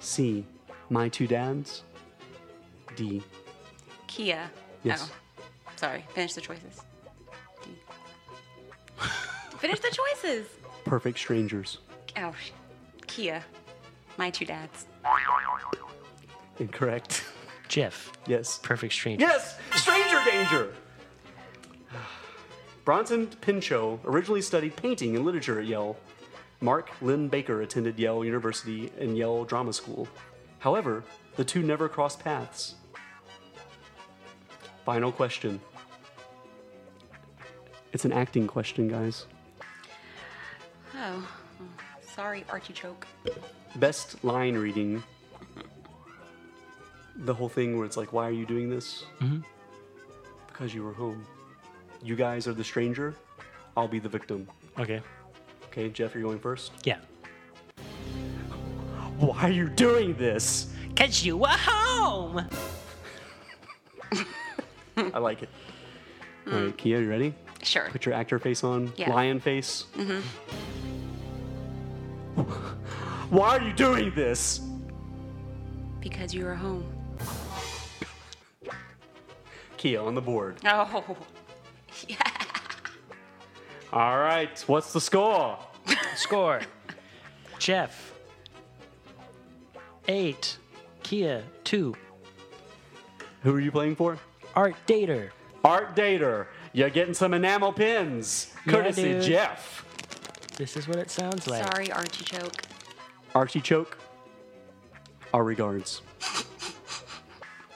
Speaker 3: C. My Two Dads. D.
Speaker 2: Kia.
Speaker 3: Yes.
Speaker 2: Oh, sorry. Finish the choices. D. Finish the choices.
Speaker 3: Perfect Strangers.
Speaker 2: Oh, sh- Kia. My two dads.
Speaker 3: Incorrect.
Speaker 1: Jeff.
Speaker 3: yes.
Speaker 1: Perfect stranger.
Speaker 3: Yes! Stranger Danger! Bronson Pinchot originally studied painting and literature at Yale. Mark Lynn Baker attended Yale University and Yale Drama School. However, The two never cross paths. Final question. It's an acting question, guys.
Speaker 2: Oh, sorry, artichoke.
Speaker 3: Best line reading. The whole thing where it's like, why are you doing this?
Speaker 1: Mm-hmm.
Speaker 3: Because you were home. You guys are the stranger. I'll be the victim.
Speaker 1: Okay.
Speaker 3: Okay, Jeff, you're going first.
Speaker 1: Yeah.
Speaker 3: Why are you doing this?
Speaker 1: Cause you were home.
Speaker 3: I like it. All right, Kia, you ready?
Speaker 2: Sure.
Speaker 3: Put your actor face on.
Speaker 2: Mm. Yeah.
Speaker 3: Lion face.
Speaker 2: Mm-hmm.
Speaker 3: Why are you doing this?
Speaker 2: Because you were home.
Speaker 3: Kia on the board.
Speaker 2: Oh,
Speaker 3: All right, what's the score?
Speaker 1: Score. Jeff. Eight. Kia two.
Speaker 3: Who are you playing for?
Speaker 1: Art Dater.
Speaker 3: Art Dater. You're getting some enamel pins,
Speaker 1: Yeah,
Speaker 3: courtesy
Speaker 1: dude.
Speaker 3: Jeff.
Speaker 1: This is what it sounds like.
Speaker 2: sorry, artichoke.
Speaker 3: Archie Choke. Our regards.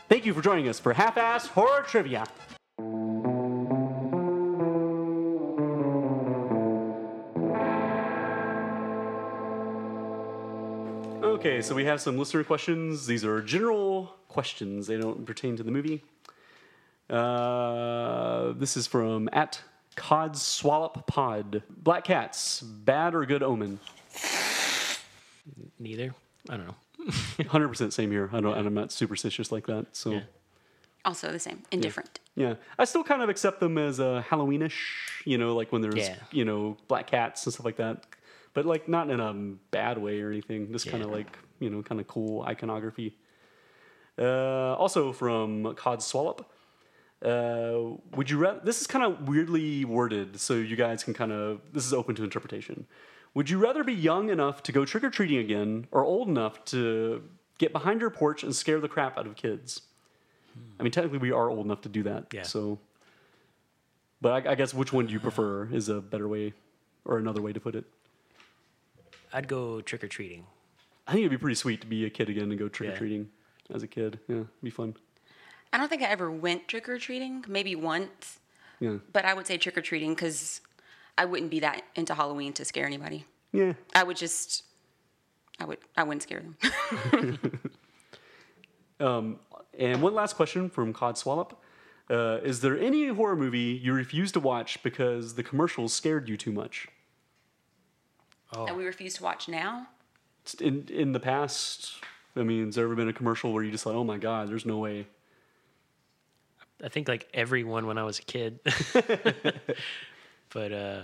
Speaker 3: Thank you for joining us for Half Ass Horror Trivia. Okay, so we have some listener questions. These are general questions, they don't pertain to the movie. Uh, this is from at Cod Swallop Pod. Black Cats, bad or good omen?
Speaker 1: Neither. I don't know.
Speaker 3: Hundred percent same here. I don't, and I'm not superstitious like that. So yeah.
Speaker 1: Yeah.
Speaker 2: Also the same, indifferent.
Speaker 3: I still kind of accept them as uh, Halloweenish. You know, like when there's
Speaker 1: Yeah.
Speaker 3: you know black cats and stuff like that, but like not in a bad way or anything. Just kind of
Speaker 1: Yeah.
Speaker 3: like you know, kind of cool iconography. Uh, also from Cod Swallop. Uh, would you rather? This is kind of weirdly worded, so you guys can kind of. This is open to interpretation. Would you rather be young enough to go trick or treating again, or old enough to get behind your porch and scare the crap out of kids? I mean, technically, we are old enough to do that.
Speaker 1: Yeah.
Speaker 3: So, but I, I guess which one do you prefer is a better way, or another way to put it.
Speaker 1: I'd go trick or treating.
Speaker 3: I think it'd be pretty sweet to be a kid again and go trick or treating as a kid. Yeah, it'd be fun.
Speaker 2: I don't think I ever went trick or treating, maybe once,
Speaker 3: Yeah,
Speaker 2: but I would say trick or treating because I wouldn't be that into Halloween to scare anybody.
Speaker 3: yeah.
Speaker 2: I would just, I would, I wouldn't scare them.
Speaker 3: And one last question from Cod Swallop. Uh, is there any horror movie you refuse to watch because the commercials scared you too much? Oh.
Speaker 2: That we refuse to watch now.
Speaker 3: In in the past, I mean, has there ever been a commercial where you just like, oh my god, there's no way?
Speaker 1: I think like everyone when I was a kid. but uh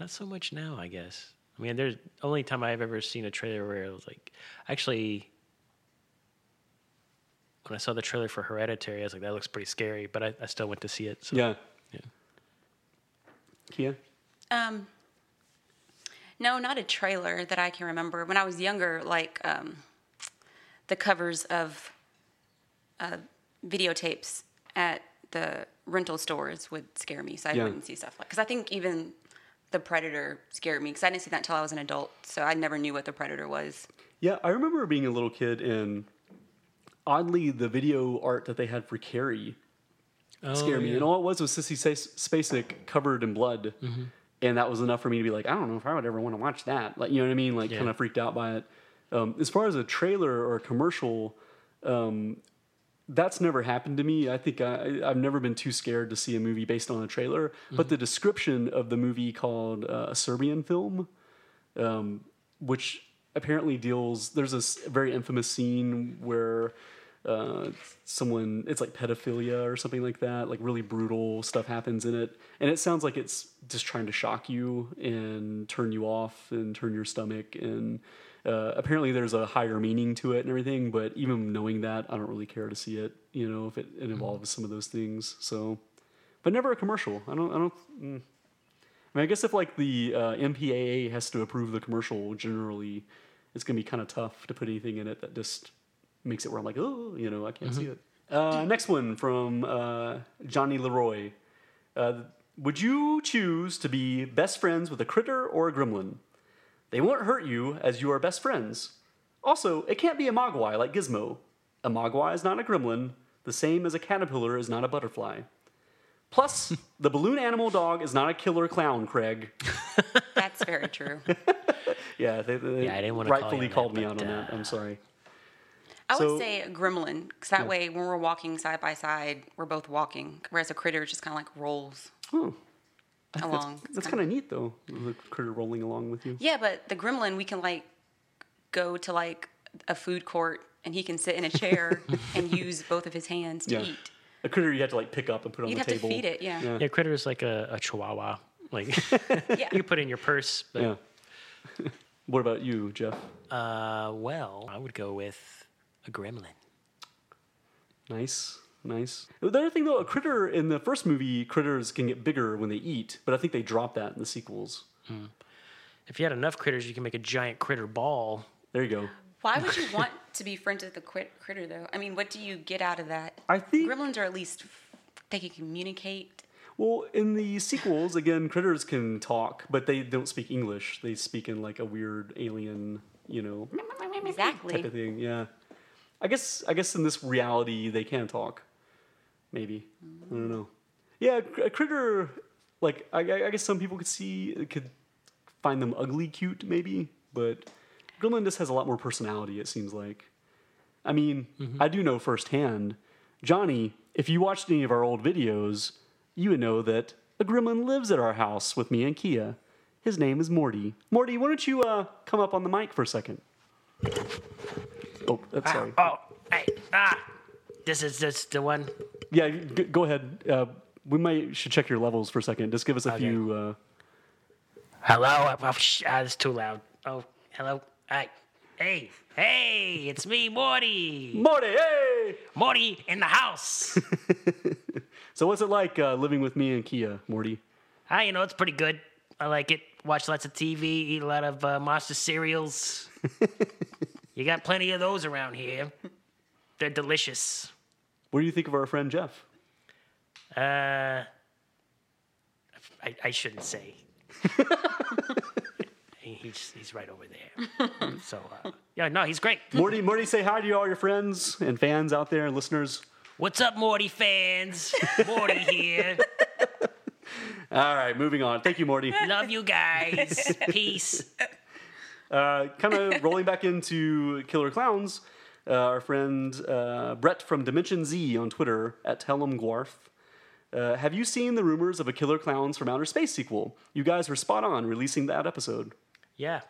Speaker 1: not so much now, I guess. I mean, there's only time I've ever seen a trailer where it was like actually when I saw the trailer for Hereditary, I was like, that looks pretty scary, but I, I still went to see it. So
Speaker 3: Yeah.
Speaker 1: Yeah.
Speaker 3: Kia?
Speaker 2: Um, no, not a trailer that I can remember. When I was younger, like um, the covers of uh, videotapes at the rental stores would scare me, so I
Speaker 3: Yeah.
Speaker 2: wouldn't see stuff like. Because I think even the Predator scared me because I didn't see that until I was an adult, so I never knew what the Predator was.
Speaker 3: Yeah, I remember being a little kid and oddly the video art that they had for Carrie
Speaker 1: oh,
Speaker 3: scared me.
Speaker 1: yeah.
Speaker 3: And all it was was Sissy Spas- Spacek covered in blood.
Speaker 1: Mm-hmm.
Speaker 3: And that was enough for me to be like, I don't know if I would ever want to watch that. Like, you know what I mean? Like,
Speaker 1: Yeah.
Speaker 3: kind of freaked out by it. Um, as far as a trailer or a commercial, um, that's never happened to me. I think I, I've never been too scared to see a movie based on a trailer.
Speaker 1: Mm-hmm.
Speaker 3: But the description of the movie called uh, a Serbian film, which apparently deals there's this very infamous scene where uh, someone it's like pedophilia or something like that like really brutal stuff happens in it and it sounds like it's just trying to shock you and turn you off and turn your stomach and uh, apparently there's a higher meaning to it and everything but even knowing that i don't really care to see it you know if it, it involves some of those things so but never a commercial i don't i don't mm. I mean, I guess if like the uh, MPAA has to approve the commercial, generally, it's going to be kind of tough to put anything in it that just makes it where I'm like, oh, you know, I can't see it. Uh, next one from uh, Johnny Leroy. Uh, would you choose to be best friends with a critter or a gremlin? They won't hurt you as you are best friends. Also, it can't be a mogwai like Gizmo. A mogwai is not a gremlin, the same as a caterpillar is not a butterfly. Plus, the balloon animal dog is not a killer clown, Craig.
Speaker 2: That's very true.
Speaker 3: Yeah, they, they
Speaker 1: Yeah, I didn't wanna call you
Speaker 3: rightfully
Speaker 1: on that,
Speaker 3: called me
Speaker 1: but, uh,
Speaker 3: out on that. I'm sorry.
Speaker 2: I
Speaker 3: So-
Speaker 2: would say a gremlin, because that way when we're walking side by side, we're both walking, whereas a critter just kind of like rolls
Speaker 3: Oh,
Speaker 2: along.
Speaker 3: that's kind of neat though. The critter rolling along with you.
Speaker 2: Yeah, but the gremlin, we can like go to like a food court and he can sit in a chair and use both of his hands to
Speaker 3: Yeah.
Speaker 2: eat.
Speaker 3: A critter you have to like pick up and put on
Speaker 2: You'd
Speaker 3: the
Speaker 2: have
Speaker 3: table.
Speaker 2: to feed it, yeah.
Speaker 1: Yeah, critter is like a, a chihuahua. Like you can put it in your purse, but
Speaker 3: Yeah. what about you, Jeff?
Speaker 1: uh, well, I would go with a gremlin.
Speaker 3: Nice, nice. The other thing though, a critter in the first movie, critters can get bigger when they eat, but I think they drop that in the sequels.
Speaker 1: If you had enough critters, you can make a giant critter ball.
Speaker 3: There you go.
Speaker 2: Why would you want to be friends with the quit- critter though? I mean, what do you get out of that?
Speaker 3: I think
Speaker 2: Gremlins are at least they can communicate.
Speaker 3: well in the sequels again, critters can talk, but they don't speak English. They speak in like a weird alien, you know, type of
Speaker 2: Exactly.
Speaker 3: thing. Yeah, I guess I guess in this reality they can talk. Maybe I don't know. Yeah, cr- a critter. Like I, I I guess some people could see could find them ugly cute maybe, but Gremlin just has a lot more personality. It seems like. I mean, I do know firsthand, Johnny. If you watched any of our old videos, you would know that a gremlin lives at our house with me and Kia. His name is Morty. Morty, why don't you uh, come up on the mic for a second? Oh, that's sorry.
Speaker 1: Oh, hey, ah, this is this the one.
Speaker 3: Yeah, g- go ahead. Uh, we might should check your levels for a second. Just give us a few. Uh,
Speaker 1: Hello, oh, sh- ah, it's too loud. Oh, hello, hey, hey, hey, it's me, Morty.
Speaker 3: Morty, hey!
Speaker 1: Morty in the house.
Speaker 3: So what's it like uh, living with me and Kia, Morty?
Speaker 1: Ah, you know, it's pretty good. I like it. Watch lots of TV, eat a lot of uh, monster cereals. you got plenty of those around here. They're delicious.
Speaker 3: What do you think of our friend Jeff?
Speaker 1: Uh, I, I shouldn't say. He- he's, he's right over there. so, uh, yeah, no, he's great.
Speaker 3: Morty, Morty, say hi to all your friends and fans out there and listeners.
Speaker 1: What's up, Morty fans? Morty here.
Speaker 3: All right, moving on. Thank you, Morty.
Speaker 1: Love you guys. Peace.
Speaker 3: Uh, kind of rolling back into Killer Clowns, uh, our friend uh, Brett from Dimension Z on Twitter at Tellum Gwarf. Uh, have you seen the rumors of a Killer Clowns from Outer Space sequel? You guys were spot on releasing that episode.
Speaker 1: Yeah,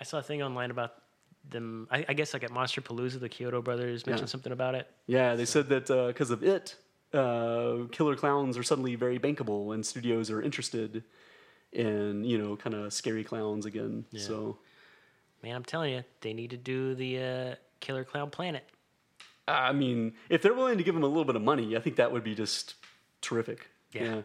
Speaker 1: I saw a thing online about them. I, I guess like at Monster Palooza, the Kyoto brothers mentioned something about it.
Speaker 3: Yeah, they said that because of it, uh, killer clowns are suddenly very bankable, and studios are interested in you know kind of scary clowns again. So
Speaker 1: Man, I'm telling you, they need to do the uh, Killer Clown Planet.
Speaker 3: I mean, if they're willing to give them a little bit of money, I think that would be just terrific.
Speaker 1: Yeah.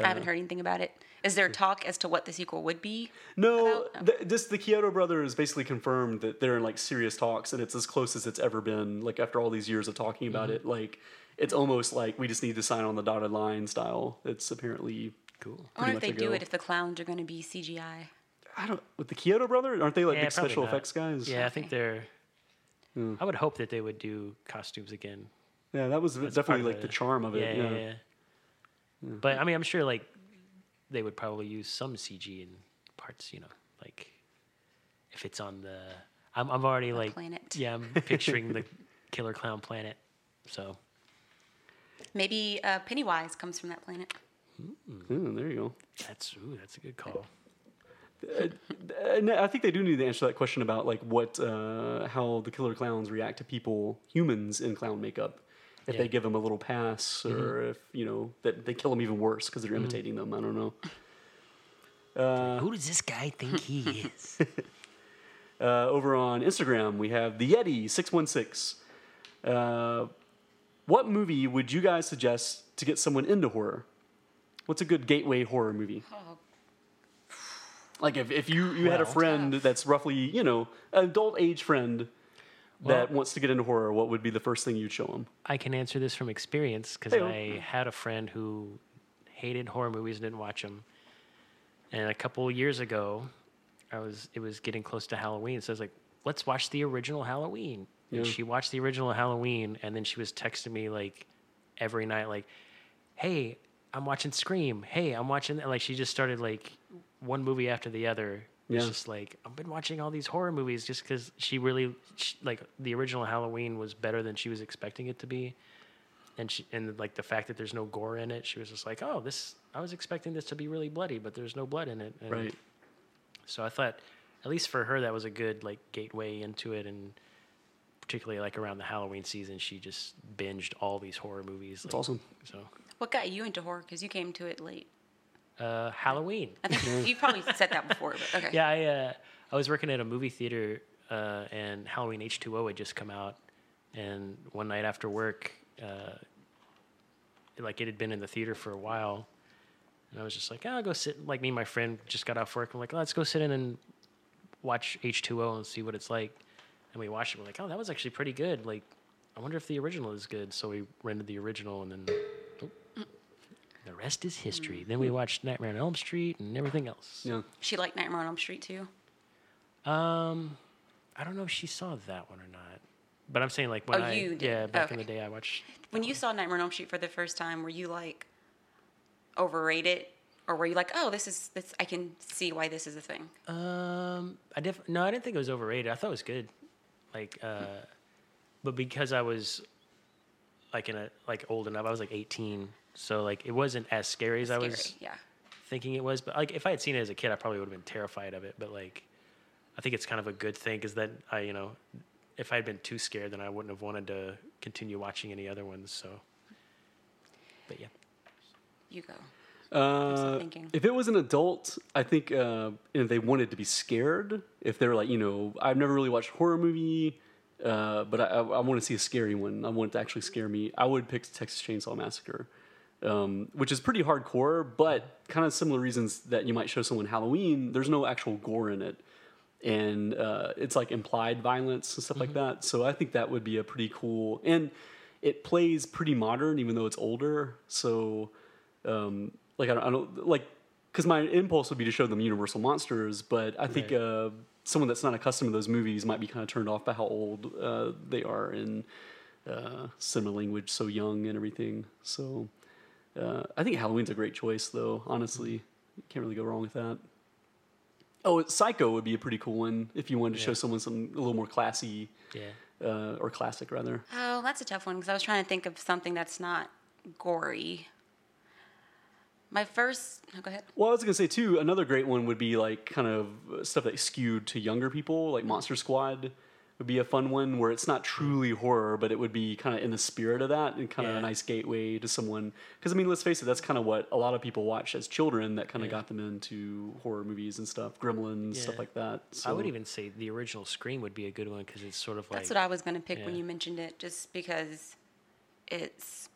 Speaker 2: I haven't heard anything about it. Is there talk as to what the sequel would be?
Speaker 3: No, th- just the Kyoto brothers basically confirmed that they're in like serious talks, and it's as close as it's ever been. Like after all these years of talking about
Speaker 2: Mm-hmm.
Speaker 3: it, like it's almost like we just need to sign on the dotted line style. It's apparently cool.
Speaker 2: I wonder if they do it if the clowns are going to be CGI.
Speaker 3: I don't with the Kyoto brother, aren't they like
Speaker 1: Yeah,
Speaker 3: big
Speaker 1: probably
Speaker 3: special
Speaker 1: not.
Speaker 3: effects guys? Mm.
Speaker 1: Yeah, I think they're. I would hope that they would do costumes again.
Speaker 3: Yeah, that was
Speaker 1: part
Speaker 3: definitely
Speaker 1: of
Speaker 3: like the charm of it.
Speaker 1: Yeah,
Speaker 3: Yeah,
Speaker 1: yeah. yeah. But I mean, I'm sure like they would probably use some CG in parts. You know, like if it's on the. I'm, I'm already like
Speaker 2: planet.
Speaker 1: yeah, I'm picturing the Killer Clown Planet. So
Speaker 2: Maybe uh, Pennywise comes from that planet.
Speaker 3: Mm, there you go.
Speaker 1: that's ooh, that's a good call.
Speaker 3: And Uh, I think they do need to answer that question about like what, uh, how the killer clowns react to people, humans in clown makeup. If they give them a little pass, or if you know that they kill them even worse because they're imitating them. I don't know.
Speaker 1: Uh, Who does this guy think he is?
Speaker 3: Uh, over on Instagram, we have the Yeti six one six. Uh, What movie would you guys suggest to get someone into horror? What's a good gateway horror movie? Like if, if you, you had a
Speaker 1: Well-
Speaker 3: friend that's roughly you know an adult age friend that wants to get into horror, what would be the first thing you'd show them?
Speaker 1: I can answer this from experience because
Speaker 3: Hey-o.
Speaker 1: I had a friend who hated horror movies and didn't watch them. And a couple years ago, I was it was getting close to Halloween, so I was like, let's watch the original Halloween. And
Speaker 3: Yeah.
Speaker 1: she watched the original Halloween, and then she was texting me like every night, like, "Hey, I'm watching Scream. Hey, I'm watching." Like she just started like one movie after the other. It's
Speaker 3: Yeah.
Speaker 1: just like I've been watching all these horror movies just because she really she, like the original Halloween was better than she was expecting it to be, and she and like the fact that there's no gore in it, she was just like, "Oh, this." I was expecting this to be really bloody, but there's no blood in it. And
Speaker 3: Right.
Speaker 1: so I thought, at least for her, that was a good like gateway into it, and particularly like around the Halloween season, she just binged all these horror movies. That's
Speaker 3: awesome.
Speaker 1: So
Speaker 2: What got you into horror? Because you came to it late.
Speaker 1: uh, Halloween.
Speaker 2: I think you probably said that before, but okay.
Speaker 1: Yeah, I uh, I was working at a movie theater, uh, and Halloween H two O had just come out, and one night after work, uh, like it had been in the theater for a while, and I was just like, "Oh, I'll go sit. Like me and my friend just got off work. I'm like, let's go sit in and watch H two O and see what it's like. And we watched it. We're like, oh, that was actually pretty good. Like, I wonder if the original is good. So we rented the original, and then. oh, The rest is history. Then we watched Nightmare on Elm Street and everything else.
Speaker 3: Yeah.
Speaker 2: She liked Nightmare on Elm Street too.
Speaker 1: Um, I don't know if she saw that one or not, but I'm saying like when
Speaker 2: Oh,
Speaker 1: I
Speaker 2: you did.
Speaker 1: yeah back in the
Speaker 2: Okay.
Speaker 1: day I watched.
Speaker 2: When you saw Nightmare on Elm Street for the first time, were you like overrated, or were you like, oh, this is this? I can see why this is a thing.
Speaker 1: Um, I def no, I didn't think it was overrated. I thought it was good, like uh, but because I was like in a like old enough, I was like 18, so like it wasn't as scary as I
Speaker 2: Scary.
Speaker 1: was
Speaker 2: yeah.
Speaker 1: thinking it was. But like if I had seen it as a kid, I probably would have been terrified of it. But like, I think it's kind of a good thing because that I you know, if I had been too scared, then I wouldn't have wanted to continue watching any other ones. So, but yeah.
Speaker 2: You go.
Speaker 3: Uh,
Speaker 2: thinking.
Speaker 3: if it was an adult, I think uh, if they wanted to be scared, if they were like, you know, I've never really watched a horror movie, uh, but I, I, I want to see a scary one. I want it to actually scare me. I would pick Texas Chainsaw Massacre, um, which is pretty hardcore, but kind of similar reasons that you might show someone Halloween. There's no actual gore in it, and uh, it's like implied violence and stuff like that. So I think that would be a pretty cool and. It plays pretty modern, even though it's older. So um, like I don't, I don't like because my impulse would be to show them Universal monsters, but I think uh, someone that's not accustomed to those movies might be kind of turned off by how old uh, they are and uh, cinema language so young and everything. So uh, I think Halloween's a great choice, though. Honestly, you can't really go wrong with that. Oh, Psycho would be a pretty cool one if you wanted to show someone something a little more classy
Speaker 1: Yeah.
Speaker 3: uh, or classic rather.
Speaker 2: Oh, that's a tough one because I was trying to think of something that's not gory. My first. Oh, go ahead.
Speaker 3: Well, I was gonna say too. Another great one would be like kind of stuff that skewed to younger people, like Monster Squad would be a fun one where it's not truly horror, but it would be kind of in the spirit of that and kind of
Speaker 1: Yeah.
Speaker 3: a nice gateway to someone. Because I mean, let's face it, that's kind of what a lot of people watch as children that kind of got them into horror movies and stuff, Gremlins, stuff
Speaker 1: Yeah.
Speaker 3: like that. So,
Speaker 1: I would even say the original Scream would be a good one because it's sort of like
Speaker 2: That's what I was going to pick when
Speaker 1: yeah.
Speaker 2: you mentioned it, just because it's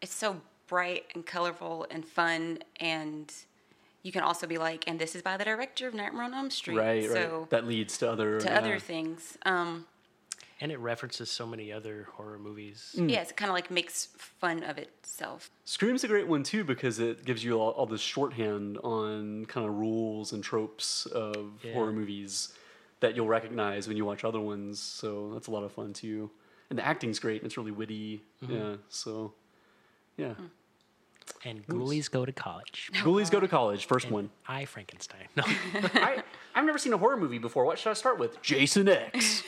Speaker 2: it's so bright and colorful and fun, and you can also be like, and this is by the director of Nightmare on Elm Street,
Speaker 3: right,
Speaker 2: so
Speaker 3: right. That leads to other
Speaker 2: to
Speaker 3: yeah.
Speaker 2: other things. Um,
Speaker 1: and it references so many other horror movies.
Speaker 3: Hmm.
Speaker 2: Yeah, it's kind of like makes fun of itself.
Speaker 3: Scream's a great one too because it gives you all, all this shorthand on kind of rules and tropes of horror movies that you'll recognize when you watch other ones. So that's a lot of fun too. And the acting's great and it's really witty. Yeah. So, yeah.
Speaker 1: And Ghoulies Go to College.
Speaker 3: Ghoulies go to college. First one.
Speaker 1: I Frankenstein. No,
Speaker 4: I, I've never seen a horror movie before. What should I start with? Jason X.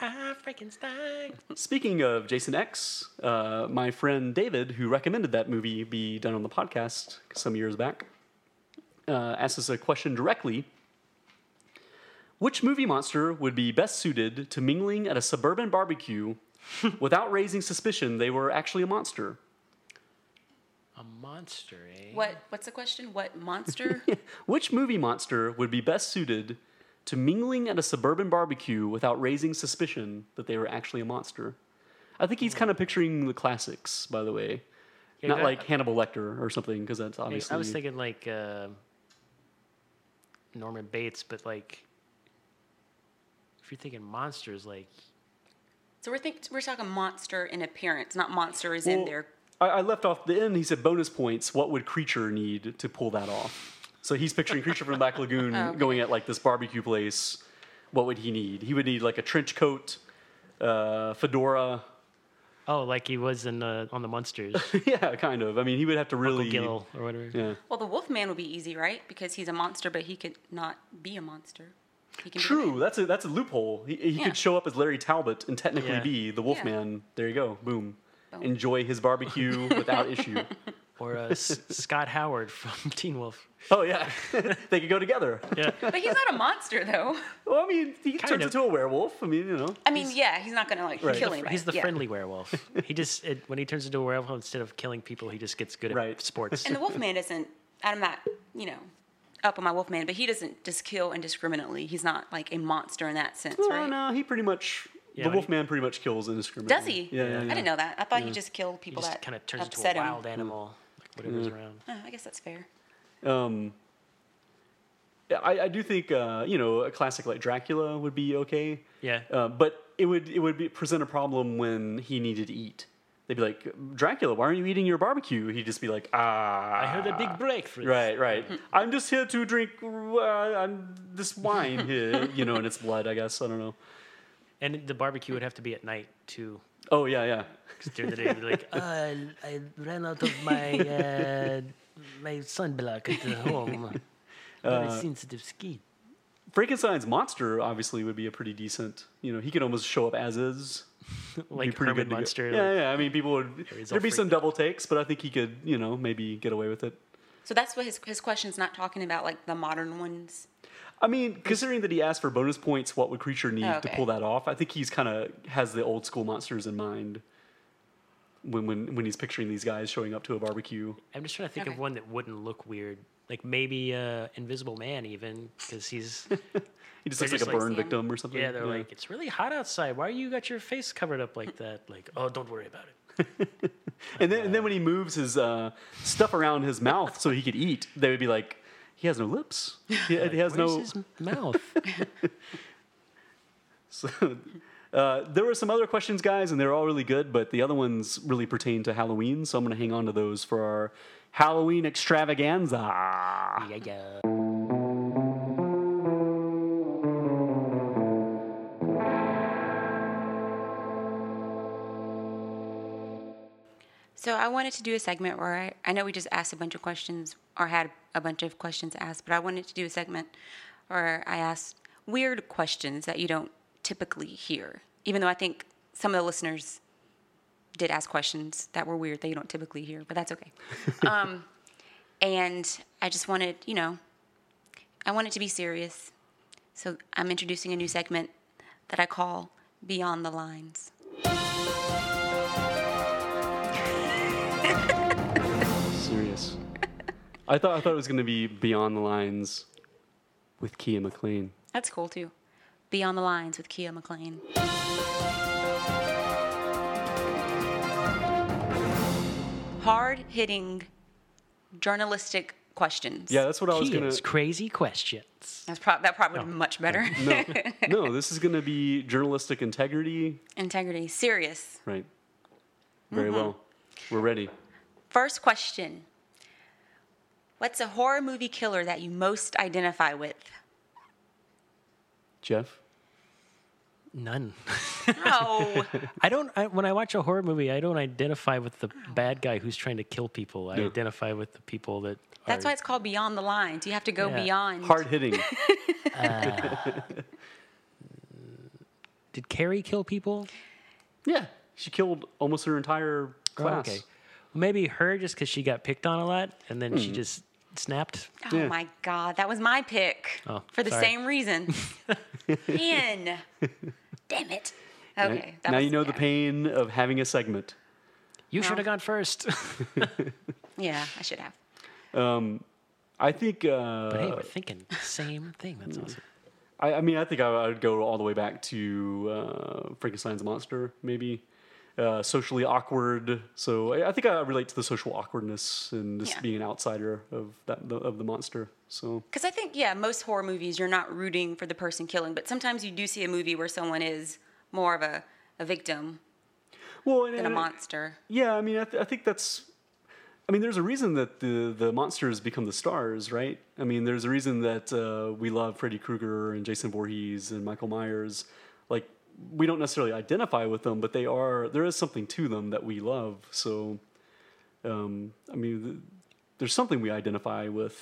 Speaker 1: I Frankenstein.
Speaker 3: Speaking of Jason X, uh, my friend David, who recommended that movie be done on the podcast some years back, uh, asked us a question directly. Which movie monster would be best suited to mingling at a suburban barbecue without raising suspicion they were actually a monster?
Speaker 1: A monster, eh?
Speaker 2: What what's the question? What monster?
Speaker 3: Which movie monster would be best suited to mingling at a suburban barbecue without raising suspicion that they were actually a monster? I think he's kind of picturing the classics, by the way. Not
Speaker 1: Hmm. that-
Speaker 3: like Hannibal Lecter or something, because that's obviously.
Speaker 1: I was thinking like uh, Norman Bates, but like if you're thinking monsters, like
Speaker 2: so we're think we're talking monster in appearance, not monster is in
Speaker 3: Well,
Speaker 2: there.
Speaker 3: I, I left off the end. He said bonus points. What would creature need
Speaker 1: Oh.
Speaker 3: to pull that off? So he's picturing creature from the Black Lagoon going at like this barbecue place what would he need? He would need like a trench coat, uh, fedora.
Speaker 1: Oh, like he was in uh, on the Munsters,
Speaker 3: yeah, kind of. I mean, he would have to really.
Speaker 1: Gill or whatever.
Speaker 3: Yeah.
Speaker 2: Well, the Wolfman would be easy, right? Because he's a monster, but he could not be a monster. He can be the
Speaker 3: True. That's a that's a loophole. He, he
Speaker 2: Yeah.
Speaker 3: could show up as Larry Talbot and technically
Speaker 1: Yeah.
Speaker 3: be the Wolfman. There you go. Boom.
Speaker 2: Boom.
Speaker 3: Enjoy his barbecue without issue.
Speaker 1: Or uh, S- Scott Howard from Teen Wolf.
Speaker 3: Oh yeah, they could go together.
Speaker 1: Yeah,
Speaker 2: But he's not a monster, though.
Speaker 3: Well, I mean, he turns
Speaker 1: of.
Speaker 3: into a werewolf. I mean, you know.
Speaker 2: I mean, yeah, he's not gonna like
Speaker 3: Right.
Speaker 2: kill anybody.
Speaker 1: he's the
Speaker 2: yeah.
Speaker 1: friendly werewolf. He just it, when he turns into a werewolf, instead of killing people, he just gets good at
Speaker 3: Right.
Speaker 1: sports.
Speaker 2: And the Wolfman doesn't. I'm not, you know, up on my Wolfman, but he doesn't just kill indiscriminately. He's not like a monster in that sense,
Speaker 3: Well,
Speaker 2: right?
Speaker 3: no, he pretty much
Speaker 1: Yeah,
Speaker 3: the
Speaker 1: when he-
Speaker 3: Wolfman pretty much kills indiscriminately.
Speaker 2: Does he?
Speaker 3: Yeah, yeah,
Speaker 2: I
Speaker 3: yeah.
Speaker 2: didn't know that. I thought he just killed
Speaker 1: he
Speaker 2: people
Speaker 1: just
Speaker 2: that
Speaker 1: kind of turns into
Speaker 2: upset
Speaker 1: a wild
Speaker 2: him.
Speaker 1: animal, like whatever's
Speaker 3: Mm-hmm.
Speaker 1: around.
Speaker 2: Oh, I guess that's fair.
Speaker 3: Um, yeah, I, I do think uh, you know a classic like Dracula would be okay.
Speaker 1: Yeah.
Speaker 3: Uh, but it would it would be, present a problem when he needed to eat. They'd be like, Dracula, why aren't you eating your barbecue? He'd just be like, Ah,
Speaker 1: I heard a big breakthrough.
Speaker 3: Right, right.
Speaker 1: Hmm.
Speaker 3: I'm just here to drink uh, I'm this wine here, you know, and it's blood, I guess. I don't know.
Speaker 1: And the barbecue would have to be at night too.
Speaker 3: Oh yeah, yeah.
Speaker 1: 'Cause during the day, they're like, uh, I ran out of my uh, my sunblock at the home. Very
Speaker 3: Uh,
Speaker 1: sensitive skin.
Speaker 3: Frankenstein's monster obviously would be a pretty decent. You know, he could almost show up as is.
Speaker 1: Like
Speaker 3: be pretty
Speaker 1: Herman
Speaker 3: good to go.
Speaker 1: Munster.
Speaker 3: Yeah,
Speaker 1: like-
Speaker 3: yeah. I mean, people would.
Speaker 1: he's all
Speaker 3: There'd be some
Speaker 1: freaked
Speaker 3: double takes, but I think he could, you know, maybe get away with it.
Speaker 2: So that's what his his question's not talking about, like the modern ones.
Speaker 3: I mean, considering that he asked for bonus points, what would creature need to
Speaker 2: Okay.
Speaker 3: pull that off? I think he's kind of has the old school monsters in mind. When when when he's picturing these guys showing up to a barbecue,
Speaker 1: I'm just trying to think of
Speaker 2: Okay.
Speaker 1: one that wouldn't look weird. Like maybe uh, Invisible Man, even because he's
Speaker 3: he just
Speaker 1: They're
Speaker 3: looks like
Speaker 1: just
Speaker 3: a
Speaker 1: like-
Speaker 3: burn victim or something.
Speaker 1: yeah. They're like, it's really hot outside. Why you got your face covered up like that? Like, oh, don't worry about it.
Speaker 3: and then and then when he moves his uh, stuff around his mouth so he could eat, they would be like, he has no lips. He, he has
Speaker 1: Where's
Speaker 3: no.
Speaker 1: his mouth?
Speaker 3: So, uh, there were some other questions, guys, and they're all really good, but the other ones really pertain to Halloween, so I'm going to hang on to those for our Halloween extravaganza.
Speaker 1: yeah, yeah.
Speaker 2: So I wanted to do a segment where I, I know we just asked a bunch of questions or had a bunch of questions asked, but I wanted to do a segment where I asked weird questions that you don't typically hear, even though I think some of the listeners did ask questions that were weird that you don't typically hear, but that's okay. um, and I just wanted, you know, I wanted to be serious. So I'm introducing a new segment that I call Beyond the Lines.
Speaker 3: Serious. I thought I thought it was going to be Beyond the Lines with Kia McLean.
Speaker 2: That's cool too. Beyond the Lines with Kia McLean. Hard hitting journalistic questions.
Speaker 3: Yeah, that's what I was going
Speaker 1: Kids,
Speaker 3: to.
Speaker 1: crazy questions.
Speaker 2: That's prob- that probably would be much better.
Speaker 3: No, no, this is going to be journalistic integrity.
Speaker 2: Integrity. Serious.
Speaker 3: Right. Very well. We're ready.
Speaker 2: First question What's a horror movie killer that you most identify with?
Speaker 3: Jeff?
Speaker 1: None.
Speaker 2: Oh,
Speaker 1: I don't. I, when I watch a horror movie, I don't identify with the bad guy who's trying to kill people. I
Speaker 3: Yeah.
Speaker 1: identify with the people that.
Speaker 2: that's
Speaker 1: are,
Speaker 2: why it's called Beyond the Lines. You have to go
Speaker 1: Yeah.
Speaker 2: beyond.
Speaker 3: Hard hitting.
Speaker 1: Did Carrie kill people?
Speaker 3: yeah. She killed almost her entire
Speaker 1: Oh,
Speaker 3: class.
Speaker 1: okay. Maybe her just because she got picked on a lot and then
Speaker 3: Hmm.
Speaker 1: she just snapped.
Speaker 2: Oh my God, that was my pick
Speaker 1: Oh,
Speaker 2: for the
Speaker 1: sorry.
Speaker 2: same reason. Man, damn it.
Speaker 3: Now-
Speaker 2: Okay. that
Speaker 3: now
Speaker 2: was-
Speaker 3: you know the
Speaker 2: yeah.
Speaker 3: pain of having a segment.
Speaker 1: You should have gone first.
Speaker 3: Uh,
Speaker 2: Yeah, I should have.
Speaker 3: I think. Uh,
Speaker 1: but hey, we're thinking the same thing. That's
Speaker 3: hmm.
Speaker 1: awesome.
Speaker 3: I, I mean, I think I, I would go all the way back to uh, Frankenstein's monster, maybe. Uh, socially awkward, so I, I think I relate to the social awkwardness and just
Speaker 2: Yeah.
Speaker 3: being an outsider of that the, of the monster. So
Speaker 2: Because I think, yeah, most horror movies, you're not rooting for the person killing, but sometimes you do see a movie where someone is more of a, a victim
Speaker 3: well, and,
Speaker 2: than a
Speaker 3: and-
Speaker 2: monster.
Speaker 3: yeah, I mean, I, th- I think that's I mean, there's a reason that the the monsters become the stars, right? I mean, there's a reason that uh, we love Freddy Krueger and Jason Voorhees and Michael Myers. Like, we don't necessarily identify with them, but they are there is something to them that we love. So, um, I mean, th- there's something we identify with.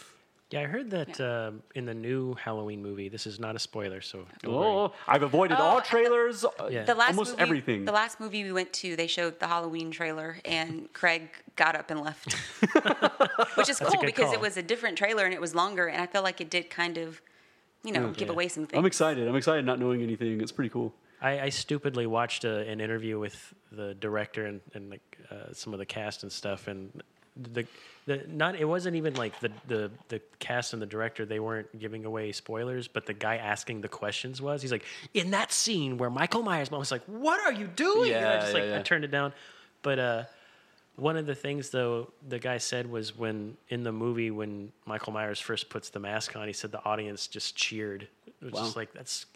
Speaker 1: Yeah, I heard that um, in the new Halloween movie. This is not a spoiler, so don't worry.
Speaker 3: Oh, I've avoided all trailers, uh,
Speaker 1: Yeah.
Speaker 2: The last
Speaker 3: almost
Speaker 2: movie,
Speaker 3: everything.
Speaker 2: The last movie we went to, they showed the Halloween trailer, and Craig got up and left, which is cool
Speaker 1: good
Speaker 2: because it
Speaker 1: call.
Speaker 2: was a different trailer and it was longer, and I feel like it did kind of, you know, give
Speaker 1: Yeah.
Speaker 2: away some things.
Speaker 3: Mm. I'm excited. I'm excited not knowing anything. It's pretty cool.
Speaker 1: I, I stupidly watched a, an interview with the director and and like uh, some of the cast and stuff, and the the not it wasn't even like the the the cast and the director they weren't giving away spoilers, but the guy asking the questions was he's like in that scene where Michael Myers mom was like, "What are you doing?" and I
Speaker 3: Yeah,
Speaker 1: just
Speaker 3: yeah,
Speaker 1: like I
Speaker 3: yeah.
Speaker 1: turned it down, but uh. One of the things, though, the guy said was when in the movie when Michael Myers first puts the mask on, he said the audience just cheered. It was just like that's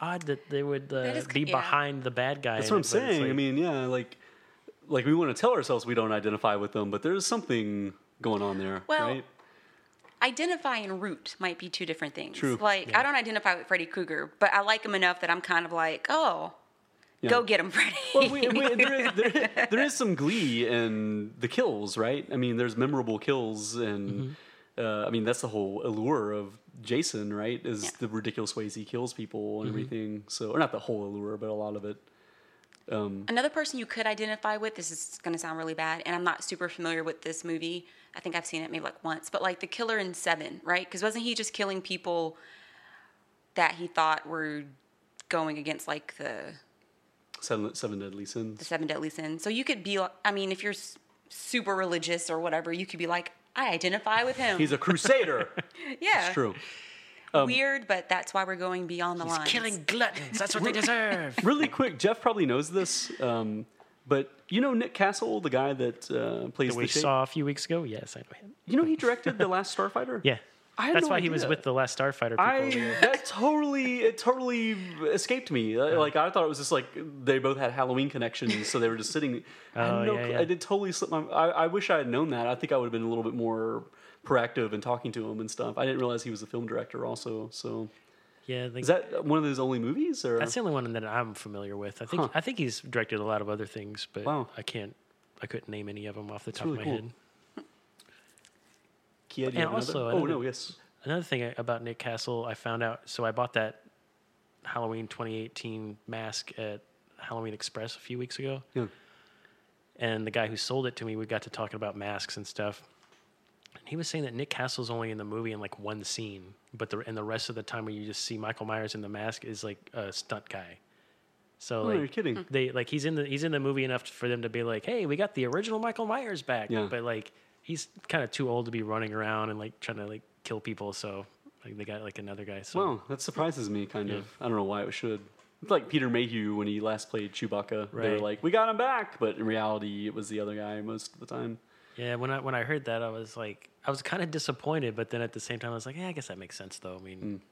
Speaker 1: odd that they would uh,
Speaker 2: is c-
Speaker 1: be
Speaker 2: yeah.
Speaker 1: behind the bad guy.
Speaker 3: That's
Speaker 1: in
Speaker 3: what I'm
Speaker 1: it, but it's
Speaker 3: saying. I
Speaker 1: like-
Speaker 3: mean, yeah, like like we want to tell ourselves we don't identify with them, but there's something going on there,
Speaker 2: Well,
Speaker 3: right?
Speaker 2: identify and root might be two different things.
Speaker 3: True.
Speaker 2: Like I don't identify with Freddy Krueger, but I like him enough that I'm kind of like, oh, go get him, Freddy.
Speaker 3: Well, we, we, there, is, there, is- there is some glee in the kills, right? I mean, there's memorable kills, and uh, I mean that's the whole allure of Jason, right? Is the ridiculous ways he kills people and everything. So, or not the whole allure, but a lot of it.
Speaker 2: Another person you could identify with, this is going to sound really bad, and I'm not super familiar with this movie. I think I've seen it maybe like once, but like the killer in Seven, right? Because wasn't he just killing people that he thought were going against like the,
Speaker 3: Seven, seven deadly sins.
Speaker 2: the Seven Deadly Sins? So you could be, like- I mean, if you're s- super religious or whatever, you could be like, I identify with him.
Speaker 3: He's a crusader.
Speaker 2: yeah,
Speaker 3: it's true.
Speaker 2: weird, but that's why we're going beyond the line.
Speaker 1: killing gluttons. That's what they deserve.
Speaker 3: really quick, Jeff probably knows this, um, but you know Nick Castle, the guy that uh, plays
Speaker 1: That we
Speaker 3: the shape?
Speaker 1: saw a few weeks ago. Yes, I know him.
Speaker 3: You know he directed the Last Starfighter.
Speaker 1: Yeah,
Speaker 3: I had
Speaker 1: that's
Speaker 3: no
Speaker 1: why he was
Speaker 3: idea.
Speaker 1: with the last Starfighter people.
Speaker 3: I that totally it totally escaped me. Uh,
Speaker 1: Uh-huh.
Speaker 3: Like I thought it was just like they both had Halloween connections, so they were just sitting. I, had
Speaker 1: Oh,
Speaker 3: no
Speaker 1: yeah,
Speaker 3: cl-
Speaker 1: yeah.
Speaker 3: I did totally slip my. I, I wish I had known that. I think I would have been a little bit more proactive in talking to him and stuff. I didn't realize he was a film director also. So
Speaker 1: yeah, I think
Speaker 3: is that one of his only movies? Or
Speaker 1: that's the only one that I'm familiar with. I think I think he's directed a lot of other things, but
Speaker 3: Wow.
Speaker 1: I can't. I couldn't name any of them off the top
Speaker 3: really
Speaker 1: of my
Speaker 3: cool.
Speaker 1: head.
Speaker 3: Kia, do you
Speaker 1: and
Speaker 3: have another-
Speaker 1: also, I
Speaker 3: oh
Speaker 1: don't
Speaker 3: no,
Speaker 1: know-
Speaker 3: yes,
Speaker 1: Another thing I- about Nick Castle, I found out. So I bought that Halloween 2018 mask at Halloween Express a few weeks ago.
Speaker 3: Yeah.
Speaker 1: And the guy who sold it to me, we got to talking about masks and stuff. And he was saying that Nick Castle's only in the movie in like one scene, but the and the rest of the time where you just see Michael Myers in the mask is like a stunt guy. So
Speaker 3: no,
Speaker 1: like
Speaker 3: Oh, you're kidding.
Speaker 1: they like he's in the he's in the movie enough for them to be like, hey, we got the original Michael Myers back.
Speaker 3: Yeah.
Speaker 1: But like he's kind of too old to be running around and like trying to like kill people. So like they got like another guy. So
Speaker 3: Wow, that surprises me, kind of. I don't know why it should. It's like Peter Mayhew when he last played Chewbacca. They were
Speaker 1: Right.
Speaker 3: like, we got him back, but in reality, it was the other guy most of the time.
Speaker 1: yeah, when I when I heard that, I was like, I was kind of disappointed, but then at the same time, I was like, yeah, I guess that makes sense though. I
Speaker 3: Hmm.
Speaker 1: mean,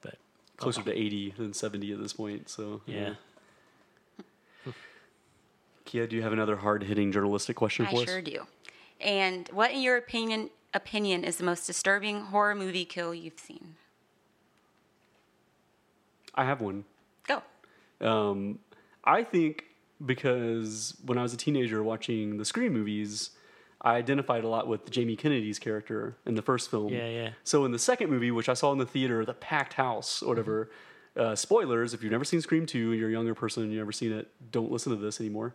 Speaker 1: but
Speaker 3: Closer to 80 than 70 at this point, so.
Speaker 1: yeah.
Speaker 3: Kia, do you have another hard hitting journalistic question for
Speaker 2: I
Speaker 3: us?
Speaker 2: sure do. And what, in your opinion, opinion is the most disturbing horror movie kill you've seen?
Speaker 3: I have one.
Speaker 2: Go.
Speaker 3: Um, I think because when I was a teenager watching the Scream movies, I identified a lot with Jamie Kennedy's character in the first film.
Speaker 1: Yeah, yeah.
Speaker 3: So in the second movie, which I saw in the theater, the packed house or whatever.
Speaker 1: Mm-hmm.
Speaker 3: Uh, spoilers: If you've never seen Scream Two, you're a younger person and you've never seen it, don't listen to this anymore.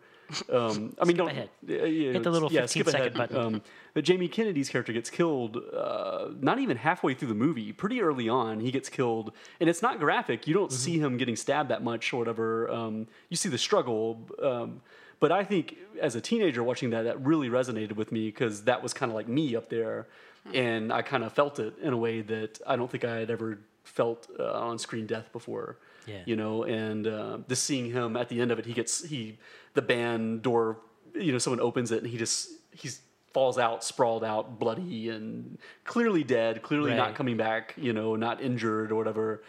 Speaker 3: Um, I mean, don't
Speaker 1: ahead.
Speaker 3: Yeah, yeah,
Speaker 1: Hit the little
Speaker 3: yeah, skip
Speaker 1: 15
Speaker 3: ahead.
Speaker 1: second button.
Speaker 3: Um, but Jamie Kennedy's character gets killed uh, not even halfway through the movie. Pretty early on, he gets killed, and it's not graphic. You don't see him getting stabbed that much or whatever. Um, you see the struggle. Um, but I think as a teenager watching that, that really resonated with me because that was kind of like me up there, and I kind of felt it in a way that I don't think I had ever felt uh, on screen death before
Speaker 1: Yeah.
Speaker 3: you know and uh, just seeing him at the end of it he gets he the band door you know someone opens it and he just he's falls out sprawled out bloody and clearly dead clearly
Speaker 1: Right.
Speaker 3: not coming back you know not injured or whatever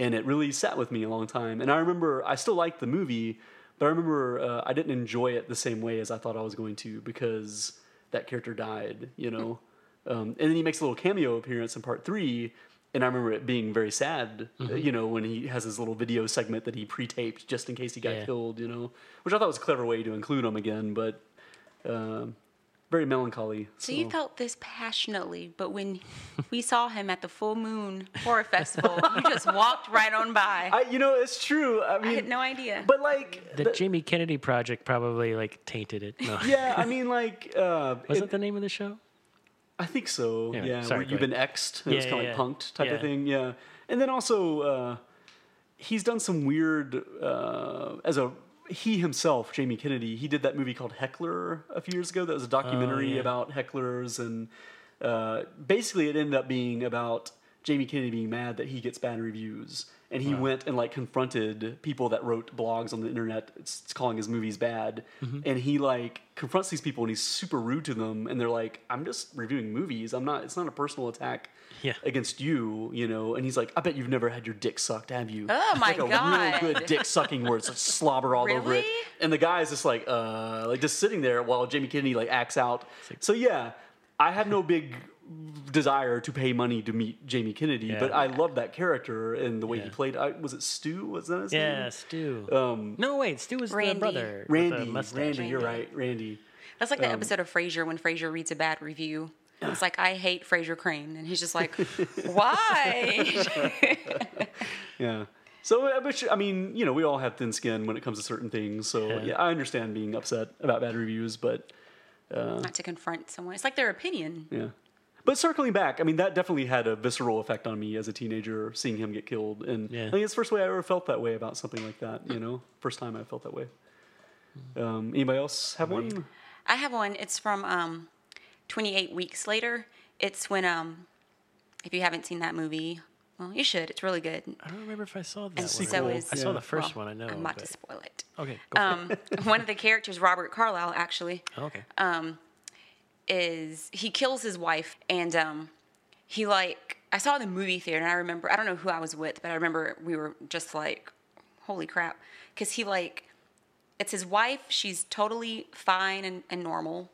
Speaker 3: and it really sat with me a long time and i remember i still liked the movie but i remember uh, i didn't enjoy it the same way as i thought i was going to because that character died, you know? Um, and then he makes a little cameo appearance in part three. And I remember it being very sad, uh, you know, when he has his little video segment that he pre taped just in case he got
Speaker 1: Yeah.
Speaker 3: killed, you know? Which I thought was a clever way to include him again, but um, very melancholy.
Speaker 2: So you felt this passionately, but when we saw him at the Full Moon Horror Festival, you just walked right on by. I,
Speaker 3: I, you know, it's true. I mean,
Speaker 2: had no idea.
Speaker 3: But like,
Speaker 1: The
Speaker 3: the-
Speaker 1: Jamie Kennedy project probably like tainted it. No.
Speaker 3: yeah, Hmm. I mean, like, uh,
Speaker 1: Was
Speaker 3: it-
Speaker 1: it the name of the show?
Speaker 3: I think so.
Speaker 1: Yeah,
Speaker 3: Yeah,
Speaker 1: sorry,
Speaker 3: where you've
Speaker 1: go ahead.
Speaker 3: been exed. and it's
Speaker 1: Yeah,
Speaker 3: kind of
Speaker 1: yeah,
Speaker 3: like
Speaker 1: yeah.
Speaker 3: punked type
Speaker 1: Yeah.
Speaker 3: of thing. Yeah, and then also uh, he's done some weird uh, as a he himself, Jamie Kennedy. He did that movie called Heckler a few years ago. That was a documentary
Speaker 1: Oh, yeah.
Speaker 3: about hecklers, and uh, basically it ended up being about Jamie Kennedy being mad that he gets bad reviews. And he went and like confronted people that wrote blogs on the internet, s- calling his movies bad.
Speaker 1: Mm-hmm.
Speaker 3: And he like confronts these people and he's super rude to them. And they're like, "I'm just reviewing movies. I'm not. It's not a personal attack
Speaker 1: Yeah.
Speaker 3: against you, you know." And he's like, "I bet you've never had your dick sucked, have you?"
Speaker 2: Oh
Speaker 3: It's
Speaker 2: my
Speaker 3: like a
Speaker 2: God.
Speaker 3: real good dick sucking where it's like slobber all over it.
Speaker 2: Really?
Speaker 3: And the guy is just like, uh, like just sitting there while Jamie Kennedy like acts out. so yeah, I had no big desire to pay money to meet Jamie Kennedy, but I love that character and the way he
Speaker 1: Yeah.
Speaker 3: played. I, was it Stu? Was that his
Speaker 1: Yeah,
Speaker 3: name?
Speaker 1: Stu. no, wait, Stu was
Speaker 2: Randy.
Speaker 1: the brother. with the
Speaker 3: Um, Randy,
Speaker 1: mustache.
Speaker 3: Randy, you're right, Randy.
Speaker 2: That's like the episode of Frasier when Frasier reads a bad review. It's like I hate Frasier Crane, and he's just like, why?
Speaker 3: Yeah. So, uh, but you- I mean, you know, we all have thin skin when it comes to certain things. So, yeah, I understand being upset about bad reviews, but
Speaker 2: Not to confront someone. It's like their opinion.
Speaker 3: Yeah. But circling back, I mean, that definitely had a visceral effect on me as a teenager, seeing him get killed. And
Speaker 1: Yeah.
Speaker 3: I think it's the first way I ever felt that way about something like that, you know? First time I felt that way. Um, anybody else have one?
Speaker 2: I have one. It's from um, 28 Weeks Later. It's when, um, if you haven't seen that movie, well, you should. It's really good.
Speaker 1: I don't remember if I saw that. one.
Speaker 2: so is,
Speaker 1: I saw the first
Speaker 2: well,
Speaker 1: one. I know.
Speaker 2: I'm about
Speaker 1: but-
Speaker 2: to spoil it.
Speaker 1: okay. Go
Speaker 2: Um, one of the characters, Robert Carlyle, actually,
Speaker 1: for it. Okay.
Speaker 2: is he kills his wife and um he like I saw it in the movie theater and I remember I don't know who I was with but I remember we were just like holy crap cuz he like it's his wife she's totally fine and, and normal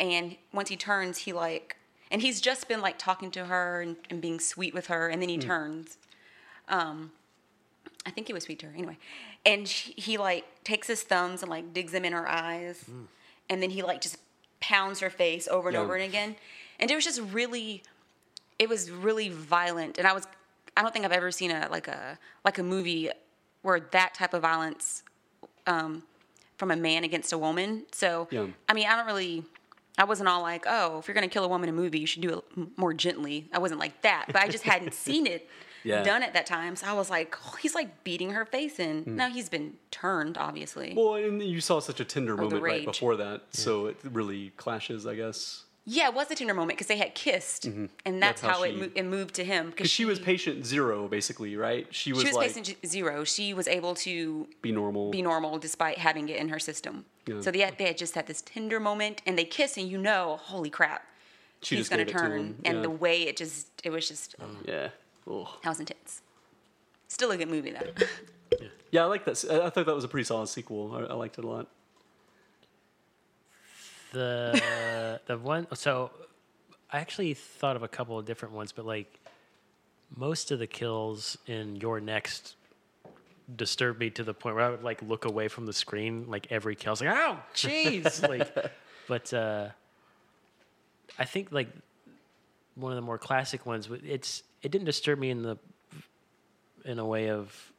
Speaker 2: and once he turns he like and he's just been like talking to her and, and being sweet with her and then he turns Um, I think he was sweet to her anyway. And she, he like takes his thumbs and like digs them in her eyes, and then he like just pounds her face over and
Speaker 3: Yeah.
Speaker 2: over and again. And it was just really, it was really violent. And I was, I don't think I've ever seen a like a like a movie where that type of violence um, from a man against a woman. So
Speaker 3: Yeah.
Speaker 2: I mean, I don't really. I wasn't all like, oh, if you're gonna kill a woman in a movie, you should do it m- more gently. I wasn't like that, but I just hadn't seen it
Speaker 3: Yeah.
Speaker 2: done at that time. So I was like, oh, he's like beating her face in. Now he's been turned, obviously.
Speaker 3: Mm. Well, and you saw such a tender moment right
Speaker 2: rage.
Speaker 3: before that. So it really clashes, I guess.
Speaker 2: yeah, it was a tender moment because they had kissed, and that's,
Speaker 3: Mm-hmm. That's
Speaker 2: how,
Speaker 3: how
Speaker 2: it,
Speaker 3: she-
Speaker 2: mo- it moved to him.
Speaker 3: Because she was patient zero, basically, right? She was,
Speaker 2: She was
Speaker 3: like,
Speaker 2: patient z- zero. She was able to
Speaker 3: be normal.
Speaker 2: be normal despite having it in her system. So they had, they had just had this tender moment, and they kiss, and you know, holy crap,
Speaker 3: She
Speaker 2: he's
Speaker 3: just
Speaker 2: gonna
Speaker 3: gave it to
Speaker 2: turn.
Speaker 3: him,
Speaker 2: And
Speaker 3: yeah. Um,
Speaker 2: the way it just, it was just,
Speaker 3: Yeah. Ugh.
Speaker 2: that was intense. Still a good movie though.
Speaker 3: Yeah, I like that. s- I I thought that was a pretty solid sequel. I, I liked it a lot.
Speaker 1: the the one so I actually thought of a couple of different ones, but like most of the kills in your next disturbed me to the point where I would like look away from the screen like every kill. I was like, oh jeez. like but uh I think like one of the more classic ones w- it's it didn't disturb me in the in a way of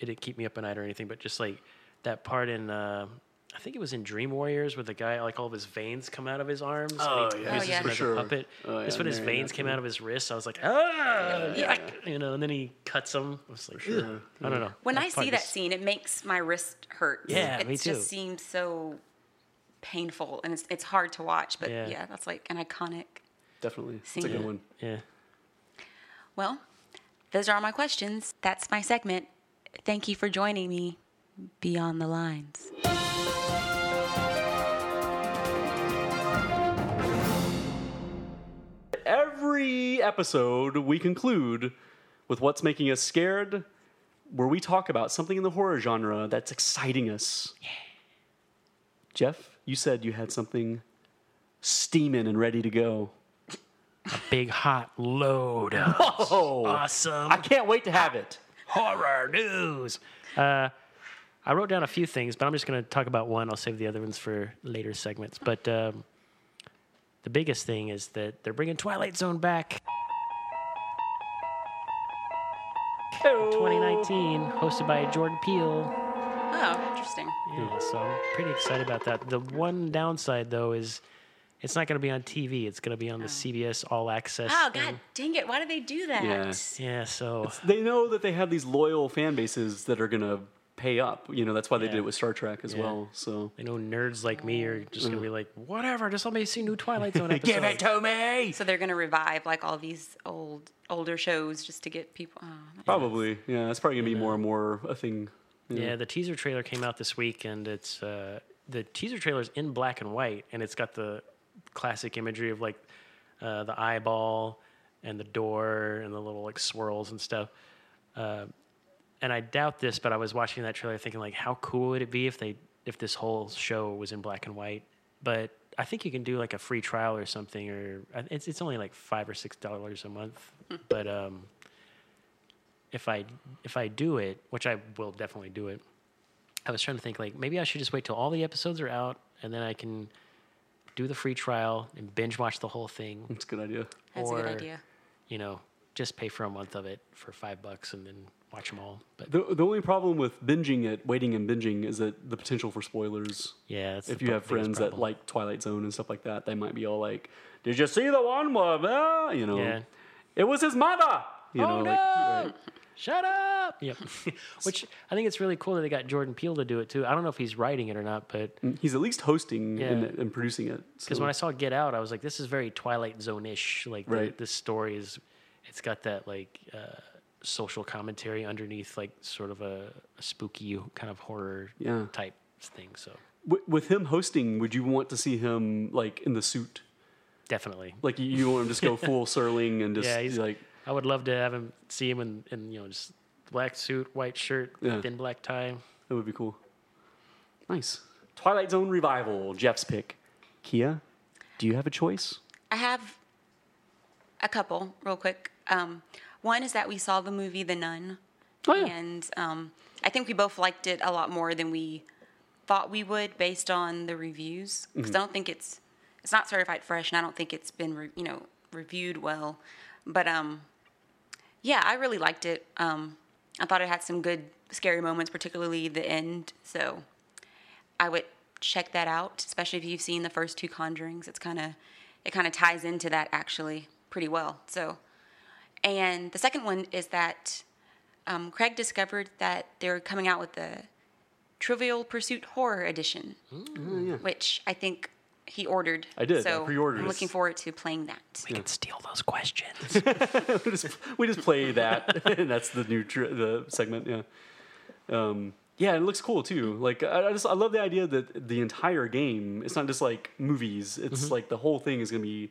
Speaker 1: it didn't keep me up at night or anything, but just like that part in uh, I think it was in Dream Warriors where the guy like all of his veins come out of his arms. Oh and he
Speaker 3: yeah.
Speaker 2: Oh,
Speaker 1: uses
Speaker 2: yeah.
Speaker 1: him
Speaker 2: For
Speaker 1: as
Speaker 3: sure.
Speaker 1: a puppet.
Speaker 3: Oh, yeah,
Speaker 1: That's when his
Speaker 3: Marionette
Speaker 1: veins came out of his wrist. I was like, ah, yuck, you know. And then he cuts them. I was like, "Ugh." I don't know.
Speaker 2: When
Speaker 1: That
Speaker 2: I
Speaker 1: part
Speaker 2: see that
Speaker 1: just-
Speaker 2: scene, it makes my wrist hurt.
Speaker 1: Yeah,
Speaker 2: it
Speaker 1: me too.
Speaker 2: just seems so painful, and it's it's hard to watch. But yeah,
Speaker 1: Yeah.
Speaker 2: that's like an iconic.
Speaker 3: Definitely. It's a
Speaker 2: Scene.
Speaker 3: good one.
Speaker 1: yeah,
Speaker 2: Well, those are all my questions. That's my segment. Thank you for joining me beyond the lines.
Speaker 3: every episode we conclude with what's making us scared where we talk about something in the horror genre that's exciting us jeff you said you had something steaming and ready to go.
Speaker 1: Big hot load of
Speaker 4: Whoa!
Speaker 1: awesome
Speaker 4: I can't wait to have it.
Speaker 1: horror news. Uh, I wrote down a few things, but I'm just going to talk about one. I'll save the other ones for later segments. But um, the biggest thing is that they're bringing Twilight Zone back. 2019, hosted by Jordan Peele.
Speaker 2: Oh, interesting.
Speaker 1: Yeah, so I'm pretty excited about that. The one downside, though, is it's not going to be on TV. It's going to be on the CBS All Access.
Speaker 2: Oh
Speaker 1: thing.
Speaker 2: god, dang it! Why did they do that?
Speaker 3: Yeah.
Speaker 1: Yeah, so
Speaker 3: They know that they have these loyal fan bases that are gonna pay up. You know, that's why they did
Speaker 1: Yeah.
Speaker 3: it with Star Trek as
Speaker 1: Yeah.
Speaker 3: well. So
Speaker 1: I know nerds like me are just going to be like, whatever, just let me see new Twilight Zone episodes.
Speaker 4: to me.
Speaker 2: So they're gonna revive like all these old older shows just to get people. Oh,
Speaker 3: probably, yeah, it's probably gonna be more and more a thing.
Speaker 1: Yeah, the teaser trailer came out this week, and it's uh, the teaser trailer's in black and white, and it's got the classic imagery of like uh, the eyeball and the door and the little like swirls and stuff. Uh, and I doubt this, but I was watching that trailer thinking like, how cool would it be if they if this whole show was in black and white? But I think you can do like a free trial or something, or I- it's it's only like five or six dollars a month,
Speaker 2: Hmm.
Speaker 1: but. um if I if I do it, which I will definitely do it, I was trying to think like maybe I should just wait till all the episodes are out and then I can do the free trial and binge watch the whole thing,
Speaker 3: It's a good idea.
Speaker 2: that's a
Speaker 1: Or-
Speaker 2: good idea.
Speaker 1: you know, just pay for a month of it for 5 bucks and then watch them all. But
Speaker 3: The, the only problem with binging it, waiting and binging, is that the potential for spoilers.
Speaker 1: yeah, that's
Speaker 3: if
Speaker 1: the
Speaker 3: you
Speaker 1: pro-
Speaker 3: have
Speaker 1: biggest
Speaker 3: friends that
Speaker 1: problem.
Speaker 3: like Twilight Zone and stuff like that, they might be all like, "Did you see the one where blah?" You know,
Speaker 1: Yeah.
Speaker 3: it was his mother. Oh, You know, like,
Speaker 1: Shut up. Yep. Which I think it's really cool that they got Jordan Peele to do it too. I don't know if he's writing it or not, but
Speaker 3: Mm, he's at least hosting
Speaker 1: Yeah.
Speaker 3: and, and producing it.
Speaker 1: Because
Speaker 3: so-
Speaker 1: when I saw Get Out, I was like, this is very Twilight Zone ish. Like, the-
Speaker 3: Right.
Speaker 1: this story is, it's got that like uh, social commentary underneath, like sort of a, a spooky kind of horror
Speaker 3: Yeah.
Speaker 1: type thing. So,
Speaker 3: Wi- with him hosting, would you want to see him like in the suit?
Speaker 1: definitely.
Speaker 3: Like you, you want him to just go full Serling and just
Speaker 1: Yeah, he's-
Speaker 3: like
Speaker 1: I would love to have him see him in, in you know, just black suit, white shirt,
Speaker 3: Yeah.
Speaker 1: thin black tie.
Speaker 3: that would be cool. Nice Twilight Zone revival. Jeff's pick. Kia, do you have a choice?
Speaker 2: I have a couple real quick. Um, one is that we saw the movie The Nun,
Speaker 3: Oh yeah,
Speaker 2: and um, I think we both liked it a lot more than we thought we would based on the reviews. Because
Speaker 3: Mm-hmm.
Speaker 2: I don't think it's it's not certified fresh, and I don't think it's been re- you know reviewed well. But um, yeah, I really liked it. Um, I thought it had some good scary moments, particularly the end. So I would check that out, especially if you've seen the first two Conjurings. It's kind of it kind of ties into that actually pretty well. So, and the second one is that um, Craig discovered that they're coming out with the Trivial Pursuit Horror Edition, which I think he ordered.
Speaker 3: Mm, I did. I
Speaker 2: So
Speaker 3: pre-ordered
Speaker 2: I'm
Speaker 3: it.
Speaker 2: looking forward to playing that.
Speaker 1: We can steal those questions.
Speaker 3: we just we just play that, and that's the new tr- the segment. Yeah, um, yeah, it looks cool too. Like I, I just I love the idea that the entire game it's not just like movies. It's
Speaker 1: Mm-hmm.
Speaker 3: like the whole thing is gonna be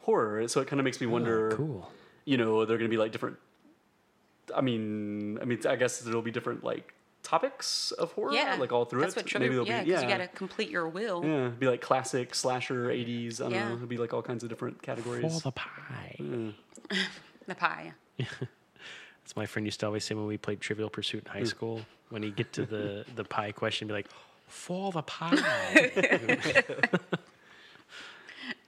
Speaker 3: horror. So it kind of makes me wonder.
Speaker 1: Ah, cool.
Speaker 3: You know, they're gonna be like different. I mean, I mean, I guess there'll be different like topics of horror,
Speaker 2: Yeah,
Speaker 3: like all through
Speaker 2: that's
Speaker 3: it.
Speaker 2: What trivial,
Speaker 3: there'll
Speaker 2: yeah, because you gotta complete your will.
Speaker 3: yeah, it'd be like classic slasher '80s. I don't
Speaker 2: Yeah.
Speaker 3: know. It'll be like all kinds of different
Speaker 1: All
Speaker 3: categories.
Speaker 1: the pie.
Speaker 2: The pie.
Speaker 1: That's my friend used to always say when we played Trivial Pursuit in
Speaker 3: Mm.
Speaker 1: high school. When he get to the the pie question, be like, "For the pie."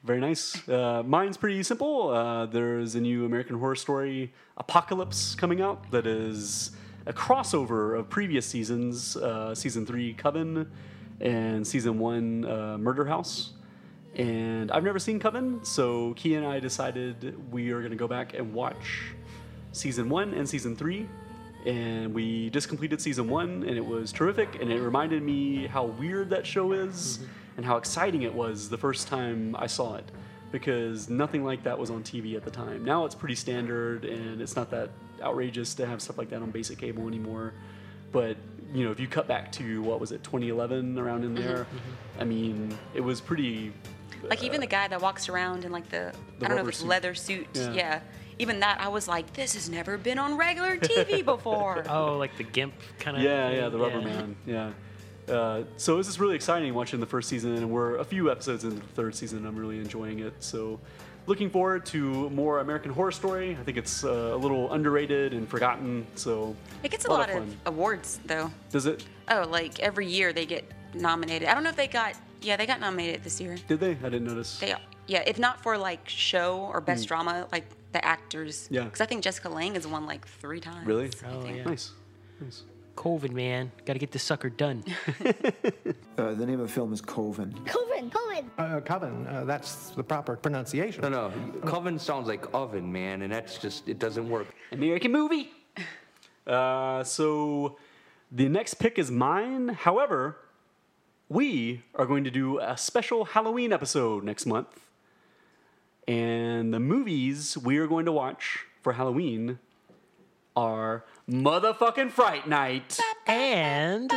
Speaker 3: Very nice. Uh, mine's pretty simple. Uh, there's a new American Horror Story Apocalypse coming out that is a crossover of previous seasons uh, season three, Coven, and season one, uh, Murder House. And I've never seen Coven, so Key and I decided we are going to go back and watch season one and season three. And we just completed season one, and it was terrific. And it reminded me how weird that show is and how exciting it was the first time I saw it because nothing like that was on TV at the time. Now it's pretty standard, and it's not that outrageous to have stuff like that on basic cable anymore. But you know, if you cut back to what was it, 2011, around in there, I mean, it was pretty
Speaker 2: Like even the guy that walks around in like the,
Speaker 3: the
Speaker 2: I don't know if
Speaker 3: rubber
Speaker 2: it's
Speaker 3: suit.
Speaker 2: leather suit.
Speaker 3: Yeah.
Speaker 2: Yeah. Even that, I was like, this has never been on regular TV before.
Speaker 1: oh, like the gimp kind of.
Speaker 3: Yeah, yeah, the Rubber Man. Yeah, Uh, so this is really exciting watching the first season, and we're a few episodes into the third season. and I'm really enjoying it. So looking forward to more American Horror Story. I think it's uh, a little underrated and forgotten. So
Speaker 2: It gets a lot of
Speaker 3: fun.
Speaker 2: awards though.
Speaker 3: Does it?
Speaker 2: Oh, like every year they get nominated. I don't know if they got yeah, they got nominated this year.
Speaker 3: Did they? I didn't notice.
Speaker 2: They yeah, if not for like show or best drama, like the actors.
Speaker 3: Hmm. Yeah.
Speaker 2: Because I think Jessica Lange has won like three times.
Speaker 3: Really?
Speaker 2: I think.
Speaker 3: Nice. Nice.
Speaker 1: COVID, man. Got to get this sucker done.
Speaker 11: Uh, the name of the film is Coven.
Speaker 6: Coven, Coven.
Speaker 12: Uh, coven, uh, that's the proper pronunciation.
Speaker 13: No, no. Coven sounds like oven, man, and that's just, it doesn't work.
Speaker 4: American movie.
Speaker 3: Uh, so the next pick is mine. However, we are going to do a special Halloween episode next month. And the movies we are going to watch for Halloween are motherfucking Fright Night.
Speaker 1: and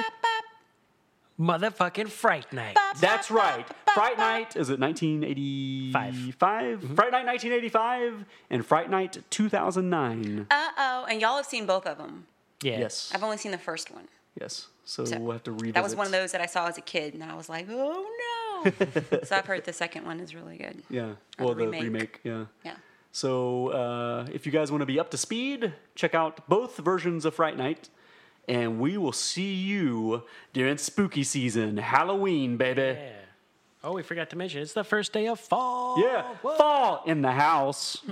Speaker 1: motherfucking Fright Night.
Speaker 3: That's right. Fright Night is it 1985? Fright Night 1985 and Fright Night 2009.
Speaker 2: Uh oh, and y'all have seen both of them.
Speaker 1: Yeah.
Speaker 3: Yes.
Speaker 2: I've only seen the first one.
Speaker 3: Yes. So,
Speaker 2: So,
Speaker 3: we'll have to revisit.
Speaker 2: That was one of those that I saw as a kid, and I was like, oh no. so I've heard the second one is really good.
Speaker 3: Yeah.
Speaker 2: Or
Speaker 3: Well,
Speaker 2: the
Speaker 3: the
Speaker 2: remake.
Speaker 3: remake. Yeah.
Speaker 2: Yeah.
Speaker 3: So uh, if you guys want to be up to speed, check out both versions of Fright Night, and we will see you during spooky season, Halloween, baby.
Speaker 1: Yeah. Oh, we forgot to mention it's the first day of fall.
Speaker 3: Yeah.
Speaker 1: Oh, Whoa.
Speaker 3: Fall in the house.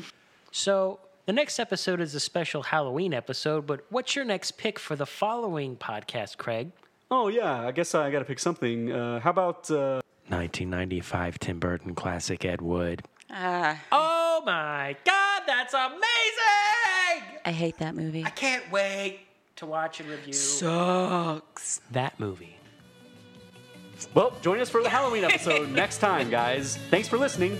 Speaker 1: So the next episode is a special Halloween episode, but what's your next pick for the following podcast, Craig?
Speaker 3: Oh yeah. I guess I got to pick something. Uh, how about? Uh,
Speaker 1: 1995 Tim Burton classic Ed Wood.
Speaker 2: Ah,
Speaker 1: Oh my God, that's amazing!
Speaker 2: I hate that movie.
Speaker 1: Can't wait to watch and review
Speaker 2: Sucks.
Speaker 1: that movie.
Speaker 3: well, join us for the Halloween episode next time, guys. Thanks for listening.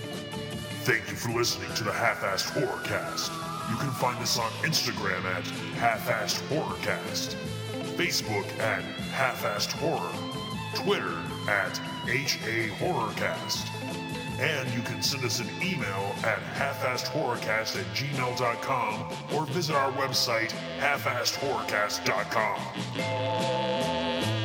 Speaker 10: Thank you for listening to the Half-Assed Horrorcast. You can find us on Instagram at Half-Assed Horrorcast, Facebook at Half-Assed Horror, Twitter at HA Horrorcast, and you can send us an email at halfassedhorrorcast at gmail.com or visit our website halfassedhorrorcast.com.